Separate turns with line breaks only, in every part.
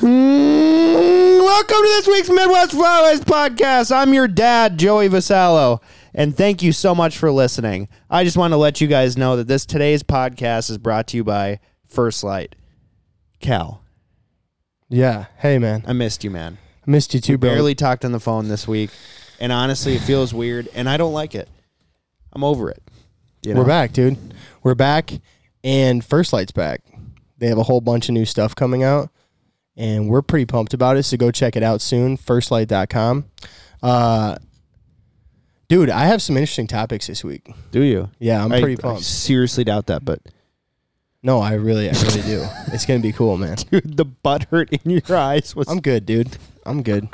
Mm, Welcome to this week's Midwest Flowers podcast. I'm your dad, Joey Vasallo, and thank you so much for listening. I just want to let you guys know that this today's podcast is brought to you by First Light. Cal,
Yeah. Hey, man.
I missed you, man.
Missed you too, bro.
Barely talked on the phone this week, and honestly, it feels weird, and I don't like it. I'm over it. You know?
We're back, dude. We're back, and First Light's back. They have a whole bunch of new stuff coming out, and we're pretty pumped about it. So go check it out soon. Firstlight.com. Uh, dude, I have some interesting topics this week.
Do you?
Yeah, I'm
I-
pretty
I
pumped.
seriously doubt that, but
No, I really, I really do. It's gonna be cool, man.
dude, the butt hurt in your eyes was
I'm good, dude. I'm good.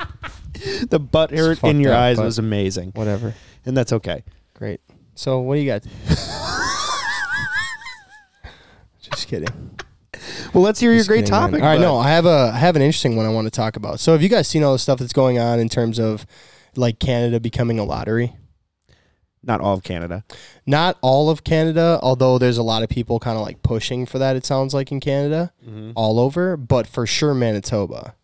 the butt hurt in
fucked
your
up,
eyes
but-
was amazing,
Whatever.
and that's okay.
Great. So, what do you got? Just kidding.
Well, let's hear your great
Kidding, man.
topic.
All right,
bud.
no, I have a I have an interesting one I want to talk about. So, have you guys seen all the stuff that's going on in terms of like Canada becoming a lottery?
not all of Canada.
Not all of Canada, although there's a lot of people kind of like pushing for that. It sounds like in Canada, all over, but for sure Manitoba.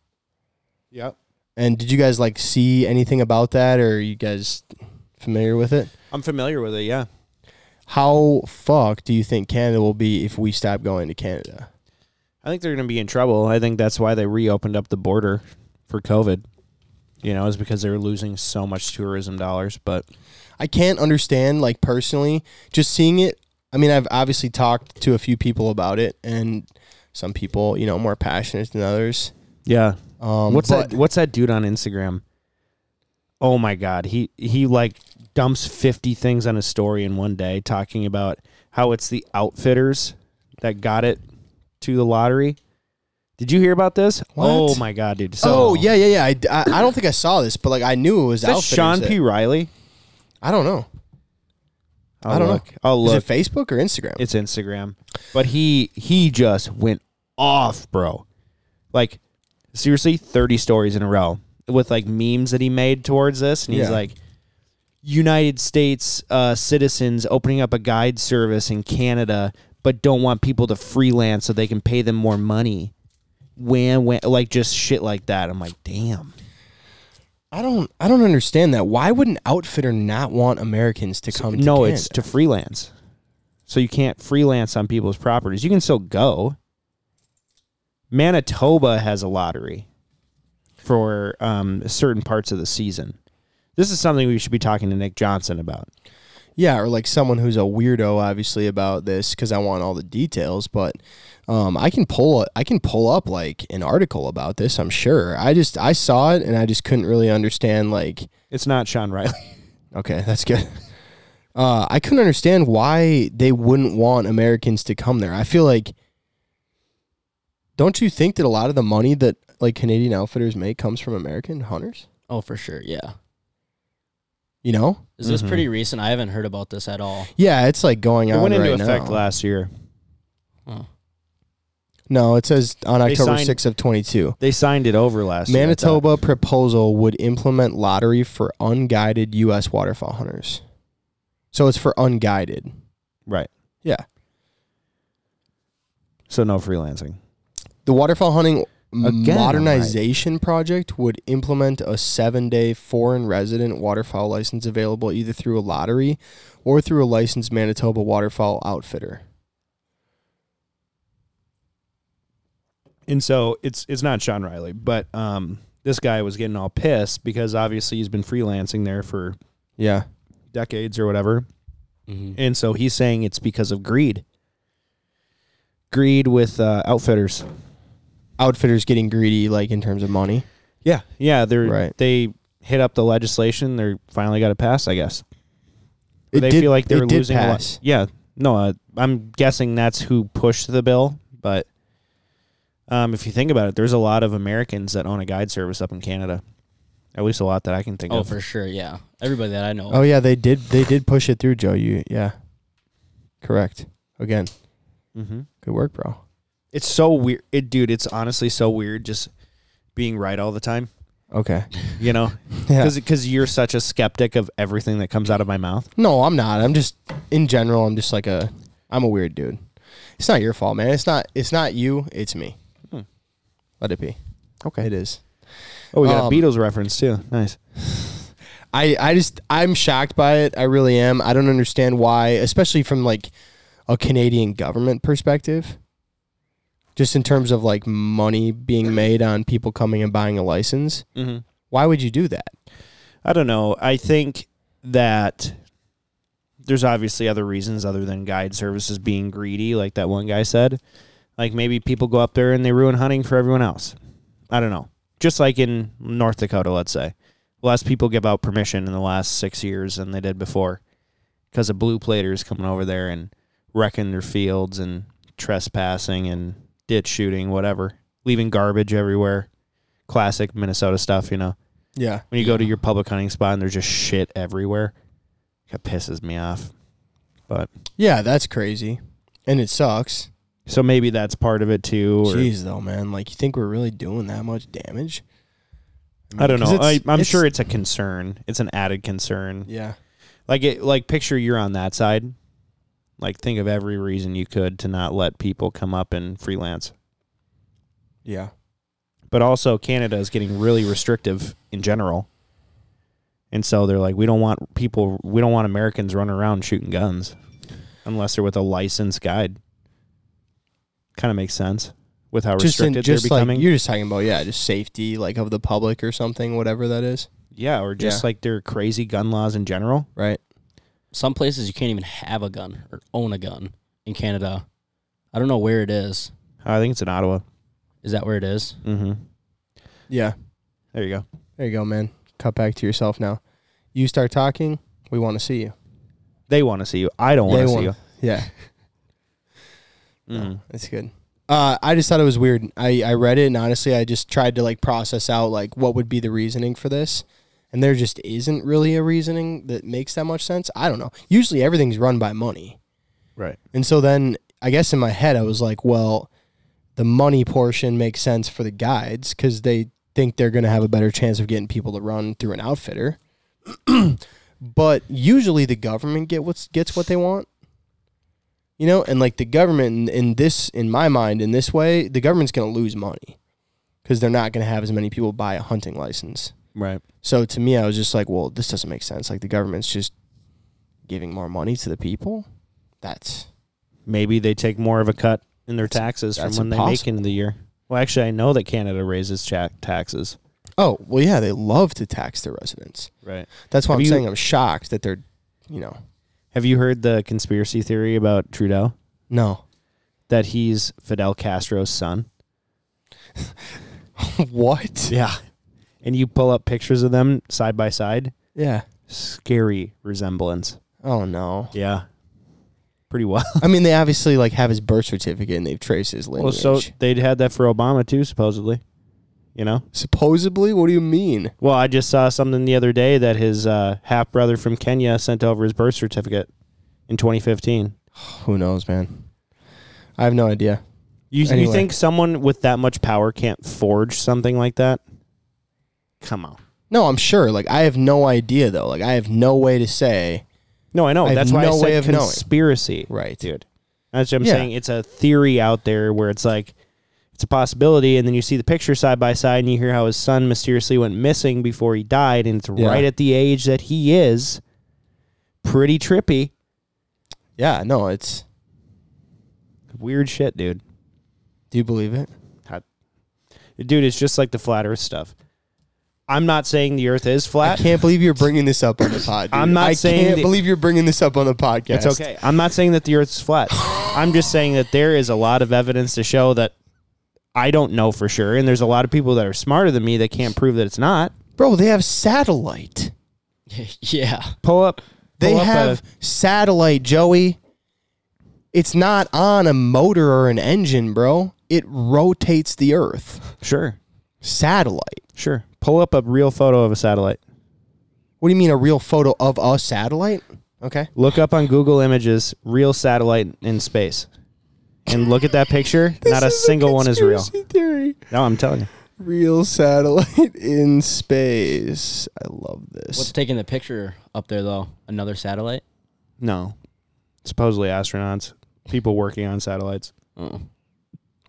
Yep.
And did you guys like see anything about that, or are you guys familiar with it?
I'm familiar with it. Yeah.
How fuck do you think Canada will be if we stop going to Canada?
I think they're going to be in trouble. I think that's why they reopened up the border for COVID. You know, is because they were losing so much tourism dollars. But
I can't understand, like personally, just seeing it. I mean, I've obviously talked to a few people about it, and some people, you know, more passionate than others.
yeah,
Um,
what's
but-
that? What's that dude on Instagram? Oh my God, he he like dumps fifty things on his story in one day, talking about how it's the outfitters that got it to the lottery. Did you hear about this?
What?
Oh my God, dude! So,
oh yeah, yeah, yeah. I, I, I don't think I saw this, but like I knew it was
Is that
Outfitters
Sean
that-
P. Riley?
I don't know.
I'll
I don't
look.
know.
I'll look.
Is it Facebook or Instagram?
it's Instagram. But he he just went off, bro. Like seriously, 30 stories in a row with like memes that he made towards this and he's
Yeah.
like United States uh, citizens opening up a guide service in Canada but don't want people to freelance so they can pay them more money. Wham, wham, like just shit like that. I'm like, damn.
I don't. I don't understand that. Why would an outfitter not want Americans to come?
no,
to
it's
Canada?
to freelance. So you can't freelance on people's properties. You can still go. Manitoba has a lottery for um, certain parts of the season. This is something we should be talking to Nick Johnson about.
Yeah, or like someone who's a weirdo, obviously about this because I want all the details. But um, I can pull I can pull up like an article about this. I'm sure. I just I saw it and I just couldn't really understand. Like,
It's not Sean Riley.
okay, that's good. Uh, I couldn't understand why they wouldn't want Americans to come there. I feel like, don't you think that a lot of the money that like Canadian outfitters make comes from American hunters?
Oh, for sure. Yeah.
You know?
Is this
Mm-hmm.
pretty recent? I haven't heard about this at all.
Yeah, it's like going
It
on
went into
right
effect
now.
last year.
No, it says on
They
October
signed-
6th of 22.
They signed it over last year. I thought.
Manitoba proposal would implement lottery for unguided U.S. waterfowl hunters. So it's for unguided.
Right.
Yeah.
So no freelancing.
The waterfowl hunting
Again,
modernization project would implement a seven day foreign resident waterfowl license available either through a lottery or through a licensed Manitoba waterfowl outfitter.
And so it's it's not Sean Riley, but um, this guy was getting all pissed because obviously he's been freelancing there for
Yeah.
decades or whatever.
Mm-hmm.
And so he's saying it's because of greed. Greed with uh, outfitters.
Outfitters getting greedy, like in terms of money.
Yeah, yeah, they're
Right.
they hit up the legislation. They finally got it passed, I guess. Or
It
they
did-
feel like
it
they're
did
losing a lot.
pass.
Yeah, no, uh, I'm guessing that's who pushed the bill. But um, if you think about it, there's a lot of Americans that own a guide service up in Canada. At least a lot that I can think
Oh,
of.
for sure. Yeah. Everybody that I know.
Oh yeah, they did. They did push it through, Joe. You yeah, correct. Again,
Mm-hmm.
good work, bro.
It's so weird, it, dude. It's honestly so weird just being right all the time.
Okay.
You know,
Yeah.
because you're such a skeptic of everything that comes out of my mouth.
No, I'm not. I'm just in general. I'm just like a. I'm a weird dude. It's not your fault, man. It's not. It's not you. It's me.
Hmm.
Let it be.
Okay.
It is.
Oh, we got
Um,
a Beatles reference too. Nice.
I, I just I'm shocked by it. I really am. I don't understand why, especially from like a Canadian government perspective. Just in terms of like money being made on people coming and buying a license.
Mm-hmm.
Why would you do that?
I don't know. I think that there's obviously other reasons other than guide services being greedy, like that one guy said. Like maybe people go up there and they ruin hunting for everyone else. I don't know. Just like in North Dakota, let's say. Less people give out permission in the last six years than they did before because of blue platers coming over there and wrecking their fields and trespassing and ditch shooting, whatever, leaving garbage everywhere. Classic Minnesota stuff, you know
Yeah.
when you go to your public hunting spot and there's just shit everywhere. It pisses me off.
Yeah, that's crazy. And it sucks.
So maybe that's part of it too. Or
Jeez though, man. Like you think we're really doing that much damage?
I don't
'cause
know. I,
it's-
I'm
it's-
sure it's a concern. It's an added concern.
Yeah.
Like it, like picture you're on that side. Like think of every reason you could to not let people come up and freelance.
Yeah.
But also Canada is getting really restrictive in general. And so they're like, we don't want people, we don't want Americans running around shooting guns unless they're with a licensed guide. Kind of makes sense with how
Just in,
restricted
just
they're
like
becoming.
you're just talking about, yeah, just safety like of the public or something, whatever that is.
yeah, or just
Yeah.
like their crazy gun laws in general.
Right.
Some places you can't even have a gun or own a gun in Canada. I don't know where it is.
I think it's in Ottawa.
Is that where it is?
Mm-hmm.
Yeah.
There you go.
There you go, man. Cut back to yourself now. You start talking, we want to see you.
They want to see you. I don't
They
want to see
wanna-
you.
Yeah,
Mhm.
that's good. Uh, I just thought it was weird. I, I read it and honestly, I just tried to like process out like what would be the reasoning for this, and there just isn't really a reasoning that makes that much sense. I don't know. Usually, everything's run by money,
Right.
and so then I guess in my head I was like, well, the money portion makes sense for the guides because they think they're going to have a better chance of getting people to run through an outfitter. but usually the government get what's gets what they want. You know, and like the government in, in this in my mind in this way, the government's going to lose money cuz they're not going to have as many people buy a hunting license.
Right.
So to me I was just like, well, this doesn't make sense. Like the government's just giving more money to the people. That's
Maybe they take more of a cut in their taxes
that's
from when they
impossible.
make into the year. Well, actually, I know that Canada raises cha- taxes.
Oh, well yeah, they love to tax their residents.
Right.
That's why
Have
I'm
you-
saying I'm shocked that they're, you know,
Have you heard the conspiracy theory about Trudeau
no.
that he's Fidel Castro's son?
what?
Yeah. And you pull up pictures of them side by side.
Yeah.
Scary resemblance.
Oh no.
Yeah. Pretty wild.
I mean, they obviously like have his birth certificate and they've traced his
Well,
lineage.
so they'd had that for Obama too, supposedly. You know?
supposedly, what do you mean?
Well, I just saw something the other day that his uh, half brother from Kenya sent over his birth certificate in 2015.
Who knows, man? I have no idea.
You, you
Anyway.
think someone with that much power can't forge something like that? Come on.
No, I'm sure. Like, I have no idea though. Like, I have no way to say.
No, I know.
I have
That's why I
no
said
way of knowing.
conspiracy.
Right.
dude. That's what I'm
Yeah.
saying. It's a theory out there where it's like it's a possibility, and then you see the picture side by side, and you hear how his son mysteriously went missing before he died, and it's
Yeah.
right at the age that he is. Pretty trippy,
Yeah. No, it's.
weird shit, dude.
Do you believe it?
Dude, it's just like the flat Earth stuff. I'm not saying the Earth is
I
flat.
can't believe you're bringing this up on the pod. dude.
I'm not
I
saying
can't
the-
believe you're bringing this up on the podcast.
It's okay. I'm not saying that the Earth's flat. I'm just saying that there is a lot of evidence to show that I don't know for sure, and there's a lot of people that are smarter than me that can't prove that it's not.
bro. They have satellite.
yeah.
Pull up.
They
pull up a-
have satellite, Joey. It's not on a motor or an engine, bro. It rotates the Earth.
Sure,
Satellite.
sure. Pull up a real photo of a satellite.
What do you mean a real photo of a satellite? Okay.
Look up on Google Images real satellite in space, and look at that picture. Not a single one is real.
Theory.
No, I'm telling you.
Real satellite in space. I love this.
What's taking the picture up there though? Another satellite?
No, supposedly astronauts, people working on satellites.
Oh.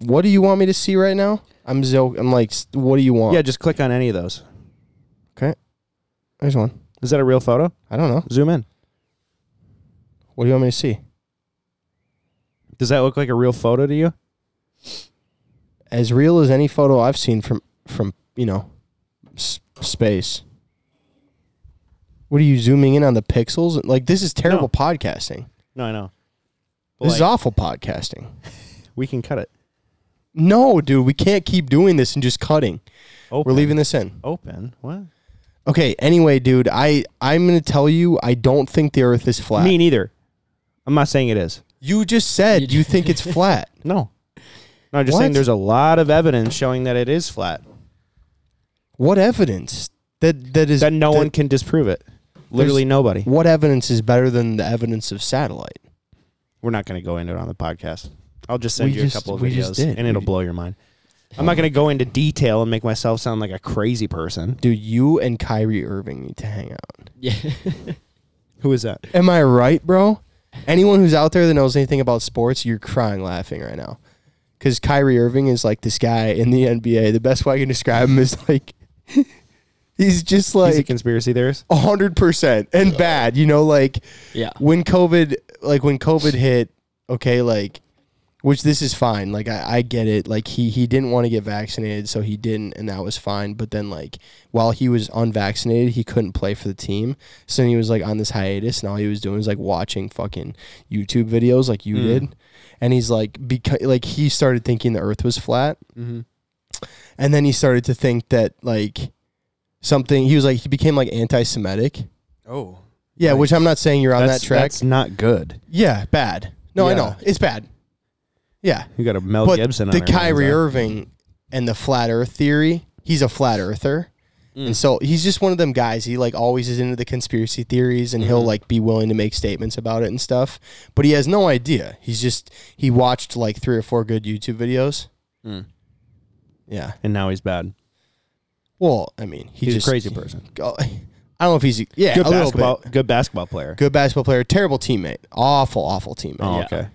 What do you want me to see right now? I'm zo- I'm like, "S- what do you want?
Yeah, just click on any of those.
There's one.
Is that a real photo?
I don't know.
Zoom in.
What do you want me to see?
Does that look like a real photo to you?
As real as any photo I've seen from from you know s- space. What are you zooming in on the pixels? Like this is
No.
terrible podcasting.
No, I know.
This is
Like,
awful podcasting.
we can cut it.
No, dude, we can't keep doing this and just cutting.
Open.
We're leaving this in.
Open. What?
Okay. Anyway, dude, I I'm gonna tell you, I don't think the Earth is flat.
Me neither. I'm not saying it is.
you just said you think it's flat.
No. No, I'm just saying
What?
there's a lot of evidence showing that it is flat.
What evidence that that is
That no one can disprove it. Literally nobody.
What evidence is better than the evidence of satellite?
We're not going to go into it on the podcast. I'll just send
We
you
just-
a couple of
we
videos
just did.
and it'll
We-
blow your mind. I'm not going to go into detail and make myself sound like a crazy person.
Dude, you and Kyrie Irving need to hang out.
Yeah.
Who is that?
Am I right, bro? Anyone who's out there that knows anything about sports, you're crying laughing right now. Because Kyrie Irving is like this guy in the NBA. The best way I can describe him is like he's just
He's a
like
conspiracy theorist.
hundred percent and bad. You know, like
yeah.
when COVID, like when COVID hit, okay, like which this is fine. Like I, I get it. Like he he didn't want to get vaccinated, so he didn't, and that was fine. But then like while he was unvaccinated, he couldn't play for the team. So then he was like on this hiatus, and all he was doing was like watching fucking YouTube videos, like you did. And he's like because like he started thinking the Earth was flat,
Mhm.
and then he started to think that like something. He was like he became like anti-Semitic.
Oh.
Yeah, which I'm not saying you're on
That's,
that track.
that's not good.
Yeah, bad. No, I
Yeah.
know it's bad. Yeah,
You got a Mel
but
Gibson on
the
everyone's
Kyrie
eye.
Irving and the flat Earth theory. He's a flat earther,
Mm.
and so he's just one of them guys. He like always is into the conspiracy theories, and
Mm-hmm.
he'll like be willing to make statements about it and stuff. But he has no idea. He's just he watched like three or four good YouTube videos.
Mm.
Yeah.
And now he's bad.
Well, I mean, he
He's
just
a crazy person.
I don't know if he's yeah
Good
a little bit.
basketball. Good basketball player.
good basketball player, terrible teammate, awful, awful teammate.
Oh,
Yeah.
okay.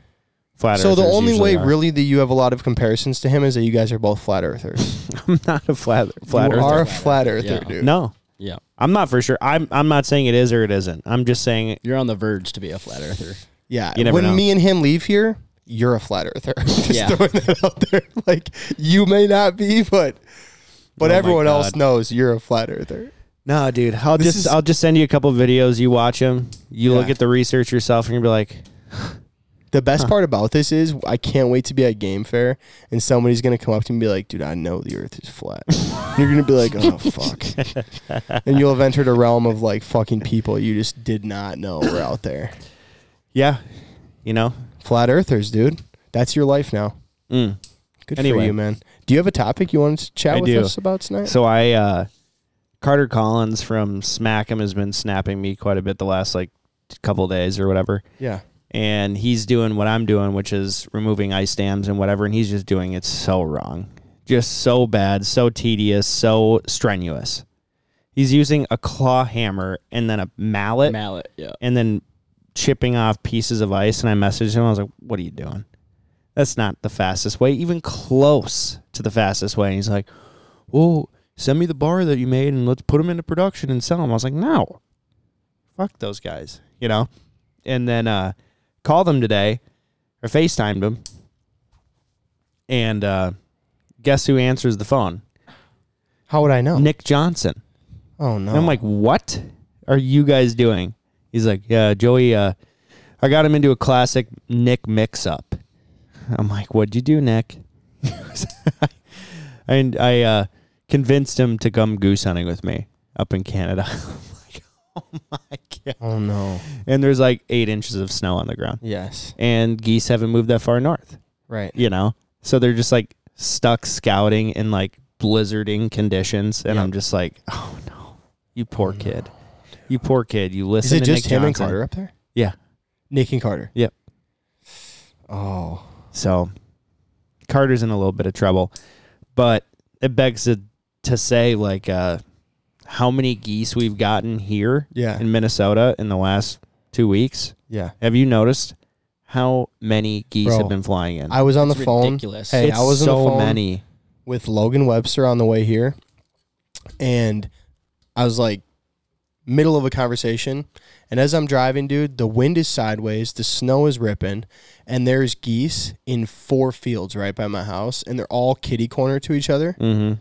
Flat
So the
earthers
only
usually
way,
are.
really, that you have a lot of comparisons to him is that you guys are both flat earthers.
I'm not a flat flat
you
earther.
are a flat earther,
Yeah.
dude.
No,
Yeah.
I'm not for sure. I'm I'm not saying it is or it isn't. I'm just saying
You're on the verge to be a flat earther.
Yeah.
You never
when
know.
me and him leave here, you're a flat earther. Just
Yeah.
throwing that out there. Like you may not be, but but
Oh my
everyone else
God.
knows you're a flat earther.
no, dude. I'll
This
just
is-
I'll just send you a couple videos. You watch them. You look
Yeah.
at the research yourself, and you'll be like,
The best part about this is I can't wait to be at Game Fair and somebody's gonna come up to me and be like, "Dude, I know the Earth is flat." You're gonna be like, "Oh fuck," and you'll have entered a realm of like fucking people you just did not know were out there.
yeah, you know.
Flat Earthers, dude. That's your life now.
Mm.
Good for
Anyway.
you, man. Do you have a topic you wanted to chat
I
with
do.
us about tonight?
So I uh, Carter Collins from Smack 'Em has been snapping me quite a bit the last like couple days or whatever.
yeah.
and he's doing what I'm doing, which is removing ice dams and whatever, and he's just doing it so wrong. Just so bad, so tedious, so strenuous. He's using a claw hammer and then a mallet
Mallet. Yeah.
and then chipping off pieces of ice. And I messaged him. I was like, "What are you doing? That's not the fastest way, even close to the fastest way." And he's like, "Well, send me the bar that you made and let's put them into production and sell them." I was like, "No, fuck those guys," you know. And then uh, called them today or Facetimed them, and uh, guess who answers the phone?
How would I know?
Nick Johnson.
oh no.
And I'm like, what are you guys doing? He's like, yeah, Joey, uh, I got him into a classic Nick mix up. I'm like, what'd you do, Nick? and I uh, convinced him to come goose hunting with me up in Canada. I'm like, oh my God.
oh no.
And there's like eight inches of snow on the ground.
Yes.
And geese haven't moved that far north,
Right.
you know? So they're just like stuck scouting in like blizzarding conditions. And
Yep.
I'm just like, oh no, you poor kid. You poor kid. You listen.
Is
to
it just
Nick
him and
Johnson.
Carter up there?
Yeah.
Nick and Carter.
Yep.
Oh.
So Carter's in a little bit of trouble, but it begs to, to say like uh, how many geese we've gotten here
Yeah.
in Minnesota in the last two weeks.
Yeah.
Have you noticed how many geese
Bro,
have been flying in.
I was on
It's
the phone.
ridiculous.
Hey,
it's
I was on
so
the phone
many.
with Logan Webster on the way here, and I was like, middle of a conversation, and as I'm driving, dude, the wind is sideways, the snow is ripping, and there's geese in four fields right by my house, and they're all kitty corner to each other.
hmm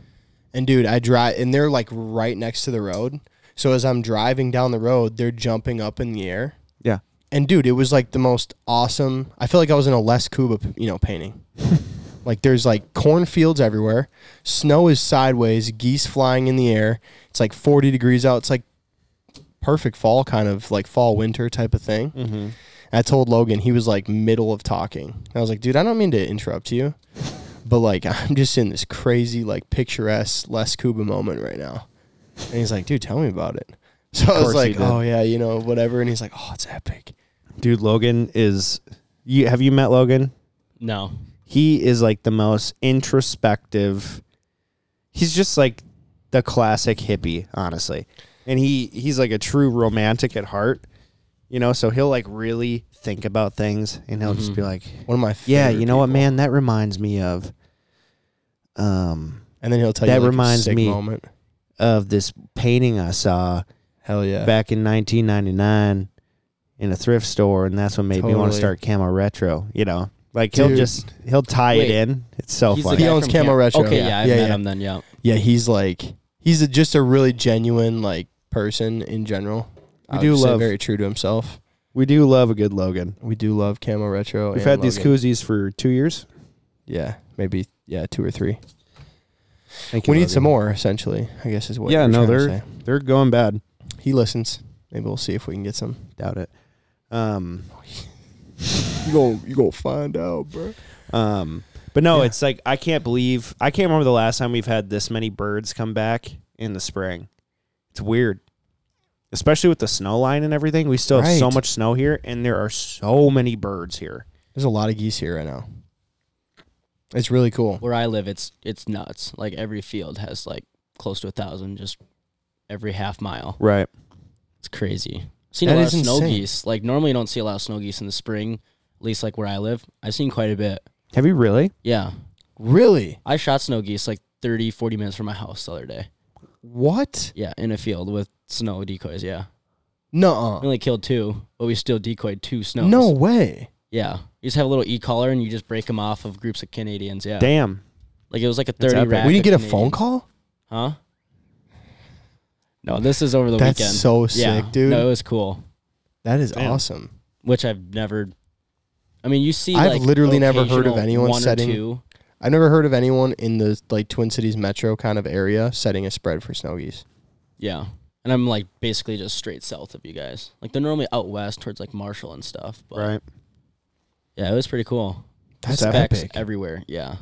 And dude, I drive, and they're like right next to the road. So as I'm driving down the road, they're jumping up in the air.
Yeah.
And dude, it was like the most awesome. I feel like I was in a Les Cuba, you know, painting. like there's like cornfields everywhere, snow is sideways, geese flying in the air. It's like 40 degrees out. It's like perfect fall kind of like fall winter type of thing.
Mm-hmm.
I told Logan he was like middle of talking. I was like, dude, I don't mean to interrupt you, but like I'm just in this crazy like picturesque Les Cuba moment right now. And he's like, dude, tell me about it. So I was
course he
like,
did.
oh yeah, you know whatever. And he's like, oh, it's epic.
Dude, Logan is. You have you met Logan?
No.
He is like the most introspective. He's just like the classic hippie, honestly, and he he's like a true romantic at heart. You know, so he'll like really think about things, and he'll just be like,
One of my
"Yeah,
Mm-hmm. favorite
you know what,
people.
man? That reminds me of." Um,
And then he'll tell
That
you like, a
reminds
sick
me.
moment.
of this painting I saw
Hell yeah.
Uh, back in 1999 in a thrift store, and that's what made me want to
Totally.
start camo retro. You know, like he'll
Dude.
just he'll tie
Wait.
it in. It's so
He's the
funny.
Oh, He
guy
owns
from
Camo
Cam-
Retro.
Okay,
Yeah.
yeah, I've
Yeah,
met
yeah.
him then. Yeah.
Yeah, he's like he's a, just a really genuine like person in general.
We
I
do
would say
love-
very true to himself.
we do love a good Logan.
We do love Camo Retro.
We've
and
had these
Oh, Logan.
koozies for two years.
Yeah, maybe yeah, two or three.
Thank you.
We need
Logan.
some more, essentially. I guess is what.
Yeah,
you're
no,
trying to
they're they're going bad.
say. He listens. Maybe we'll see if we can get some.
Doubt it. Um,
You go. You go find out, bro.
um, but no,
Yeah.
it's like I can't believe I can't remember the last time we've had this many birds come back in the spring. It's weird. Especially with the snow line and everything, we still have so
Right.
much snow here, and there are so many birds here.
There's a lot of geese here right now. It's really cool.
Where I live, it's it's nuts. Like every field has like close to a thousand, just every half mile.
Right.
It's crazy. I've seen
That
a lot of
is
snow
insane.
geese. Like normally, you don't see a lot of snow geese in the spring. At least like where I live, I've seen quite a bit.
Have you really?
Yeah,
Really?
I shot snow geese like 30, 40 minutes from my house the other day.
What?
Yeah, in a field with snow decoys. Yeah, we
No.
only killed two, but we still decoyed two snows.
No way.
Yeah, you just have a little e collar and you just break them off of groups of Canadians. Yeah,
Damn.
like it was like a
That's
thirty.
epic.
rack
We didn't
of
get a
Canadians.
phone call.
Huh? No, this is over the
That's
weekend.
so sick, dude.
No, it was cool.
That is
Damn.
awesome.
Which I've never. I mean, you see,
I've
like,
literally never heard of
occasional
anyone
one or
setting-
two.
I've never heard of anyone in the like Twin Cities metro kind of area setting a spread for snow geese.
Yeah, and I'm like basically just straight south of you guys. Like they're normally out west towards like Marshall and stuff. But
Right.
Yeah, it was pretty cool.
That's
Specs
epic.
everywhere. Yeah,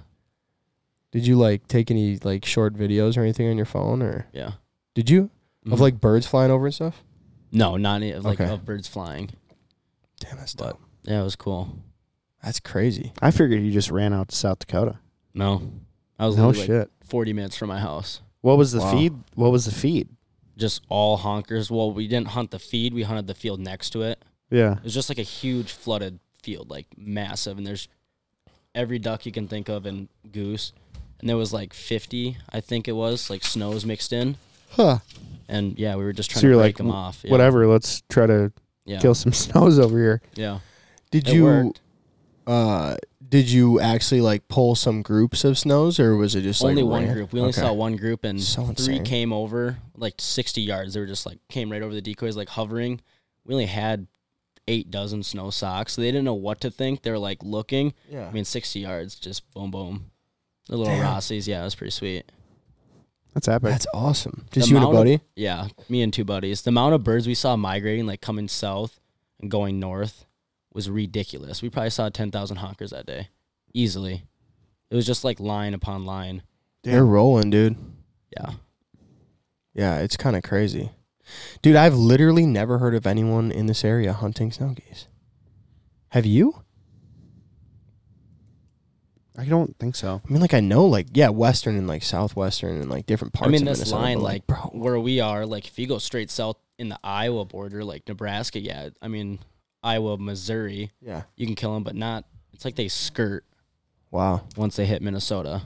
Did you like take any like short videos or anything on your phone or
yeah.
did you
Mhm.
of like birds flying over and stuff?
no, not any, like
Okay.
of birds flying.
Damn, that's
But-
dope.
Yeah, it was cool.
That's crazy.
I figured you just ran out to South Dakota.
No, I was
No
literally like
shit.
40 minutes from my house.
What was the
Wow.
feed? What was the feed?
Just all honkers. Well, we didn't hunt the feed. We hunted the field next to it.
Yeah.
It was just like a huge flooded field, like massive, and there's every duck you can think of and goose. And there was like 50, I think it was, like snows mixed in.
Huh.
And yeah, we were just trying
So
to
you're
break
like,
them off. Yeah.
Whatever. Let's try to
Yeah.
kill some snows over here.
Yeah.
Did
It
you
worked.
uh did you actually like pull some groups of snows or was it just like
only one
ran-
group. We only
Okay.
saw one group, and
So
three
insane.
came over like 60 yards. They were just like came right over the decoys, like hovering. We only had eight dozen snow socks, so they didn't know what to think. They were like looking.
Yeah.
I mean, 60 yards, just boom, boom. The little
Damn.
Rossies, yeah, it was pretty sweet.
That's epic.
That's awesome. Just
The
you and a
amount of-
buddy?
Yeah, me and two buddies. The amount of birds we saw migrating, like coming south and going north, was ridiculous. We probably saw 10,000 honkers that day, easily. It was just like line upon line.
They're rolling, dude.
Yeah.
Yeah, it's kind of crazy. Dude, I've literally never heard of anyone in this area hunting snow geese. Have you?
I don't think so.
I mean, like I know, like yeah, western and like southwestern and like different parts.
I mean,
of
this
Minnesota,
line,
but,
like, where we are, like, if you go straight south in the Iowa border, like Nebraska, yeah, I mean, Iowa, Missouri,
Yeah.
you can kill them, but not. It's like they skirt
Wow.
once they hit Minnesota.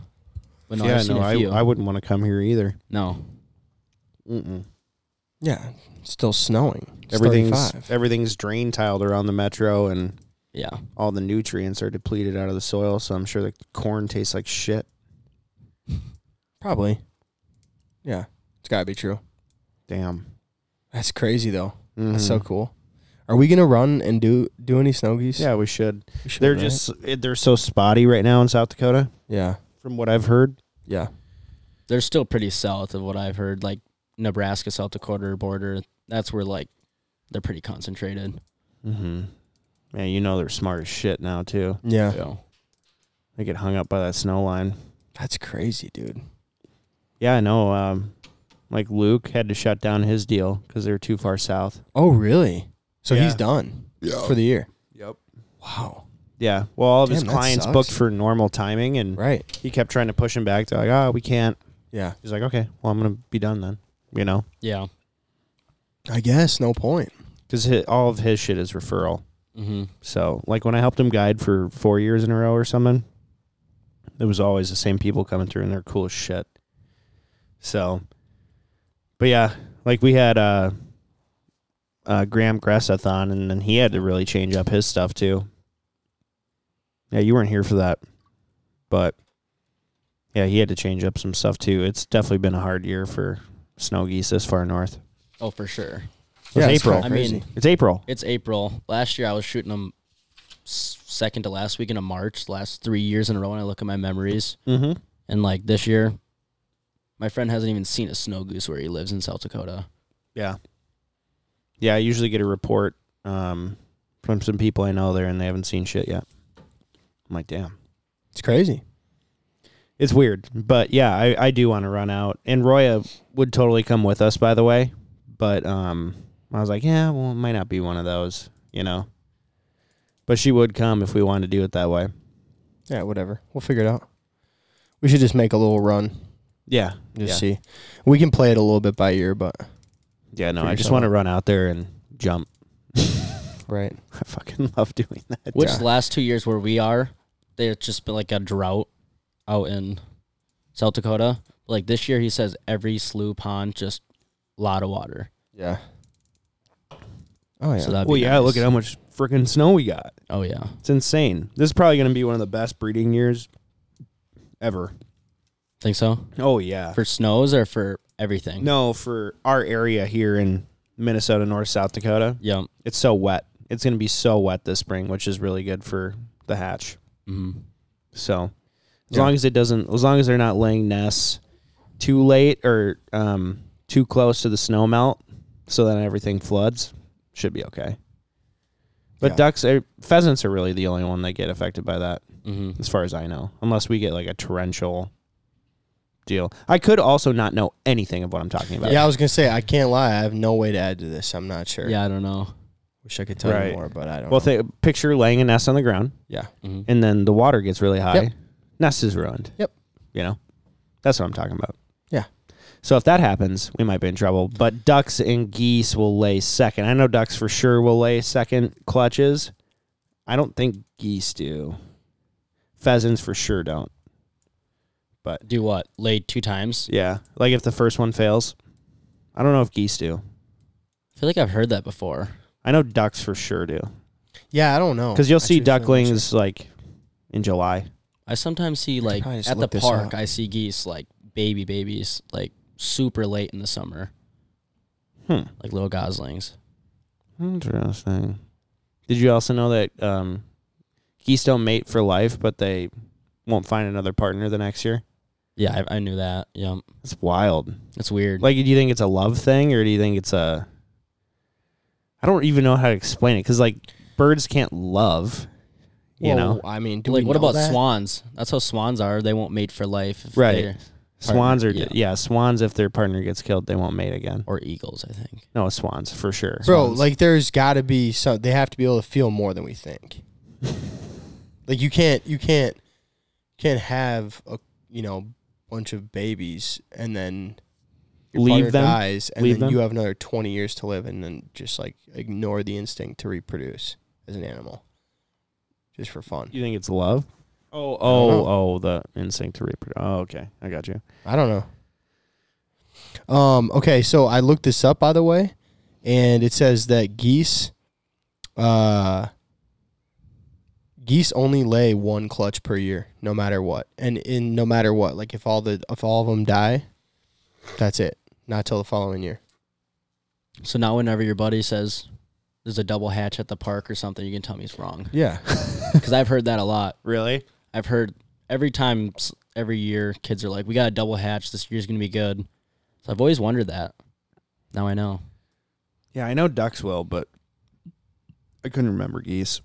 But no,
yeah,
I've seen
no,
a few.
I, I wouldn't want to come here either.
no,
Mm-mm.
Yeah. Still snowing. It's
Everything's
35.
everything's drain tiled around the metro, and
yeah,
all the nutrients are depleted out of the soil. So I'm sure the corn tastes like shit.
probably. Yeah. It's gotta be true.
Damn,
That's crazy though. That's
Mhm.
so cool. Are we gonna run and do do any snow geese?
Yeah, we should.
We should,
They're
right?
just it, they're so spotty right now in South Dakota,
yeah
from what I've heard.
yeah
they're still pretty south of what I've heard. Like Nebraska, South Dakota border. That's where like they're pretty concentrated.
Mm-hmm. Man, you know they're smart as shit now too.
yeah.
So
They get hung up by that snow line.
That's crazy, dude.
Yeah, I know. Um, like Luke had to shut down his deal because they're too far south.
Oh really? So
Yeah.
he's done for the year.
Yep.
Wow.
Yeah. Well, all of his
Damn, that
clients
sucks.
booked for normal timing, and
Right.
he kept trying to push him back. They're like, "Ah, we can't."
Yeah.
He's like, "Okay, well, I'm gonna be done then." You know,
yeah.
I guess no point.
because all of his shit is referral.
Mm-hmm.
So, like when I helped him guide for four years in a row or something, it was always the same people coming through, and they're cool as shit. So, but yeah, like we had uh, uh, Graham Grassathon, and then he had to really change up his stuff too. Yeah, you weren't here for that, but yeah, he had to change up some stuff too. It's definitely been a hard year for snow geese this far north.
Oh, for sure.
It's April.
kinda
I mean,
It's April.
It's April. Last year I was shooting them second to last weekend of March. Last three years in a row, and I look at my memories,
Mm-hmm.
and like this year, my friend hasn't even seen a snow goose where he lives in South Dakota.
Yeah. Yeah, I usually get a report um, from some people I know there and they haven't seen shit yet. I'm like, damn.
it's crazy.
It's weird. But yeah, I, I do want to run out. And Roya would totally come with us, by the way. But um, I was like, yeah, well, it might not be one of those, you know. But she would come if we wanted to do it that way.
Yeah, whatever. We'll figure it out. We should just make a little run.
Yeah.
Just
yeah.
see. We can play it a little bit by ear, but
yeah, no, I
figure
just
something
want to run out there and jump.
right.
I fucking love doing that.
Which
Yeah.
the last two years where we are, there's just been like a drought out in South Dakota. Like this year, he says every slough pond just a lot of water.
Yeah. Oh yeah.
So that'd
Well,
be
yeah,
nice.
look at how much freaking snow we got.
Oh yeah,
It's insane. This is probably going to be one of the best breeding years ever.
think so.
Oh yeah.
For snows or for everything.
no, for our area here in Minnesota, North South Dakota,
Yeah.
it's so wet. It's going to be so wet this spring, which is really good for the hatch.
Mm-hmm.
So, as
Yeah.
long as it doesn't, as long as they're not laying nests too late or um, too close to the snow melt, so that everything floods, should be okay. But
Yeah.
ducks, are, pheasants are really the only one that get affected by that.
Mm-hmm.
as far as I know, unless we get like a torrential deal. I could also not know anything of what I'm talking about.
yeah, I was gonna say I can't lie. I have no way to add to this. I'm not sure.
Yeah, I don't know.
Wish I could tell
Right.
you more, but I don't.
Well,
know.
th- picture laying a nest on the ground,
yeah.
hmm
and then the water gets really high.
Yep.
Nest is ruined.
Yep.
You know, that's what I'm talking about.
Yeah.
So if that happens, we might be in trouble. But ducks and geese will lay second. I know ducks for sure will lay second clutches. I don't think geese do. Pheasants for sure don't.
Do what? Laid two times.
Yeah. Like if the first one fails, I don't know if geese do.
I feel like I've heard that before.
I know ducks for sure do.
Yeah, I don't know.
Because you'll
Actually,
Oh, see
it's really interesting.
ducklings like in July.
I sometimes see like
probably just
at the
look this
park.
up.
I see geese like baby babies, like super late in the summer,
Hmm.
like little goslings.
Interesting. Did you also know that um, geese don't mate for life, but they won't find another partner the next year?
Yeah, I, I knew that. Yeah,
That's wild.
it's weird.
Like, do you think it's a love thing or do you think it's a. I don't even know how to explain it because, like, birds can't love, you
Well,
know?
I mean, do
like
we
what
know
about
that?
swans? That's how swans are. They won't mate for life. if
Right.
they're-
Swans are,
yeah.
yeah. swans, if their partner gets killed, they won't mate again.
Or eagles, I think.
No, swans, for sure.
Bro,
Swans.
like there's got to be some. They have to be able to feel more than we think. like you can't, you can't, can't have a you know bunch of babies and then your
Leave
partner
them?
dies, and
Leave
then
them?
you have another twenty years to live, and then just like ignore the instinct to reproduce. as an animal, just for fun.
You think it's love? Oh,
don't
oh,
know.
oh, the instinct to reproduce. Oh, okay. I got you.
I don't know. Um. Okay. So I looked this up, by the way, and it says that geese, uh, geese only lay one clutch per year, no matter what, and in no matter what, like if all the if all of them die, that's it. Not till the following year.
So now, whenever your buddy says there's a double hatch at the park or something, you can tell me he's wrong
Yeah.
because I've heard that a lot.
Really?
I've heard every time, s- every year, kids are like, "We got a double hatch. This year's gonna be good." So I've always wondered that. Now I know.
Yeah, I know ducks will, but I couldn't remember geese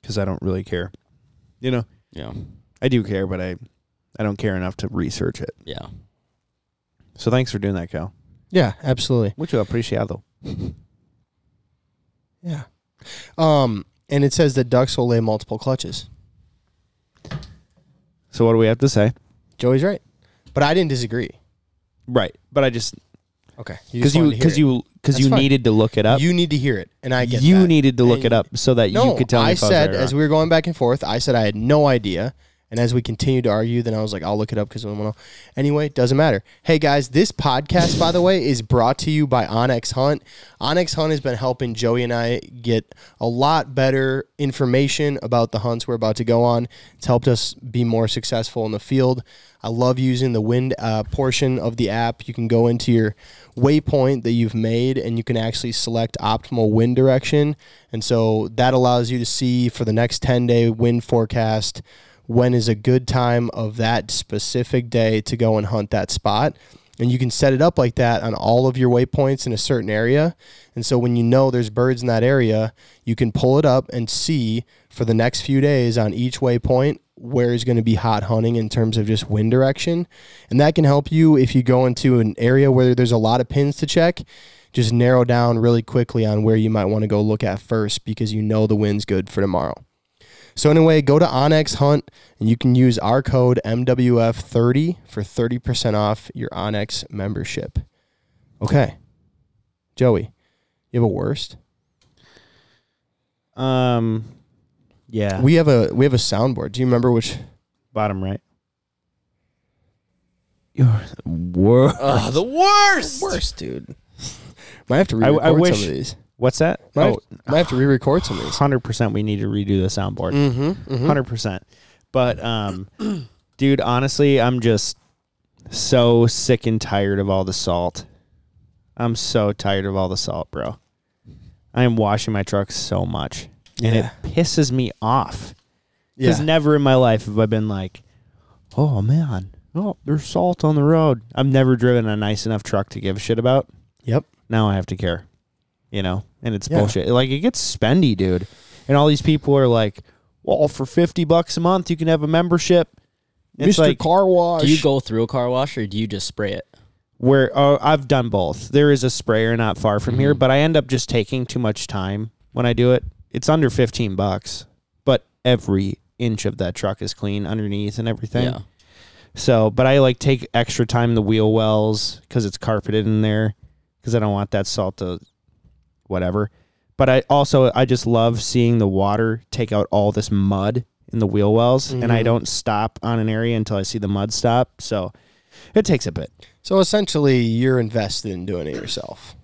because I don't really care. You know,
Yeah,
I do care, but I, I don't care enough to research it.
yeah.
So thanks for doing that, Cal.
Yeah. Absolutely.
Mucho apreciado.
Yeah. Um. And it says that ducks will lay multiple clutches.
So what do we have to say?
Joey's right, but I didn't disagree.
Right, but I just
Okay.
because you because you because
That's
you
fine.
needed to look it up.
you need to hear it, and I get
You
that.
needed to look
And-
it up so that
No,
you could tell me
I
if I was
said
right or
as
wrong.
we were going back and forth, I said I had no idea. And as we continued to argue, then I was like, I'll look it up because I don't want to. Anyway, doesn't matter. Hey guys, this podcast, by the way, is brought to you by Onyx Hunt. Onyx Hunt has been helping Joey and I get a lot better information about the hunts we're about to go on. It's helped us be more successful in the field. I love using the wind uh, portion of the app. You can go into your waypoint that you've made and you can actually select optimal wind direction. And so that allows you to see for the next 10 day wind forecast when is a good time of that specific day to go and hunt that spot. And you can set it up like that on all of your waypoints in a certain area. And so when you know there's birds in that area, you can pull it up and see for the next few days on each waypoint where is going to be hot hunting in terms of just wind direction. And that can help you if you go into an area where there's a lot of pins to check, just narrow down really quickly on where you might want to go look at first because you know the wind's good for tomorrow. So anyway, go to Onyx Hunt and you can use our code MWF30 for 30% off your Onyx membership. Okay. Joey, you have a worst?
um, yeah,
We have a we have a soundboard. Do you remember which
bottom right. You're the worst.
the worst.
worst, dude? Might have to
I- I
re-record
wish- Oh.
some of these.
What's that?
Might, have, might have to re-record some of these.
hundred percent. We need to redo the soundboard.
Mm-hmm.
100 percent. But um, dude, honestly, I'm just so sick and tired of all the salt. I'm so tired of all the salt, bro. I am washing my truck so much, and
Yeah.
it pisses me off.
Yeah.
Because never in my life have I been like, oh man, oh there's salt on the road. I've never driven a nice enough truck to give a shit about.
Yep.
Now I have to care, you know, and it's
Yeah.
bullshit. Like it gets spendy, dude. And all these people are like, well, for fifty bucks a month you can have a membership. It's
Mr.
like
Car Wash.
Do you go through a car wash or do you just spray it?
where oh, I've done both. There is a sprayer not far from here,
Mhm.
but I end up just taking too much time when I do it. It's under fifteen bucks, but every inch of that truck is clean underneath and everything.
Yeah.
So, but I like take extra time the wheel wells because it's carpeted in there because I don't want that salt to whatever. But I also I just love seeing the water take out all this mud in the wheel wells, and I don't stop on an area until I see the mud stop. So it takes a bit.
so essentially, you're invested in doing it yourself.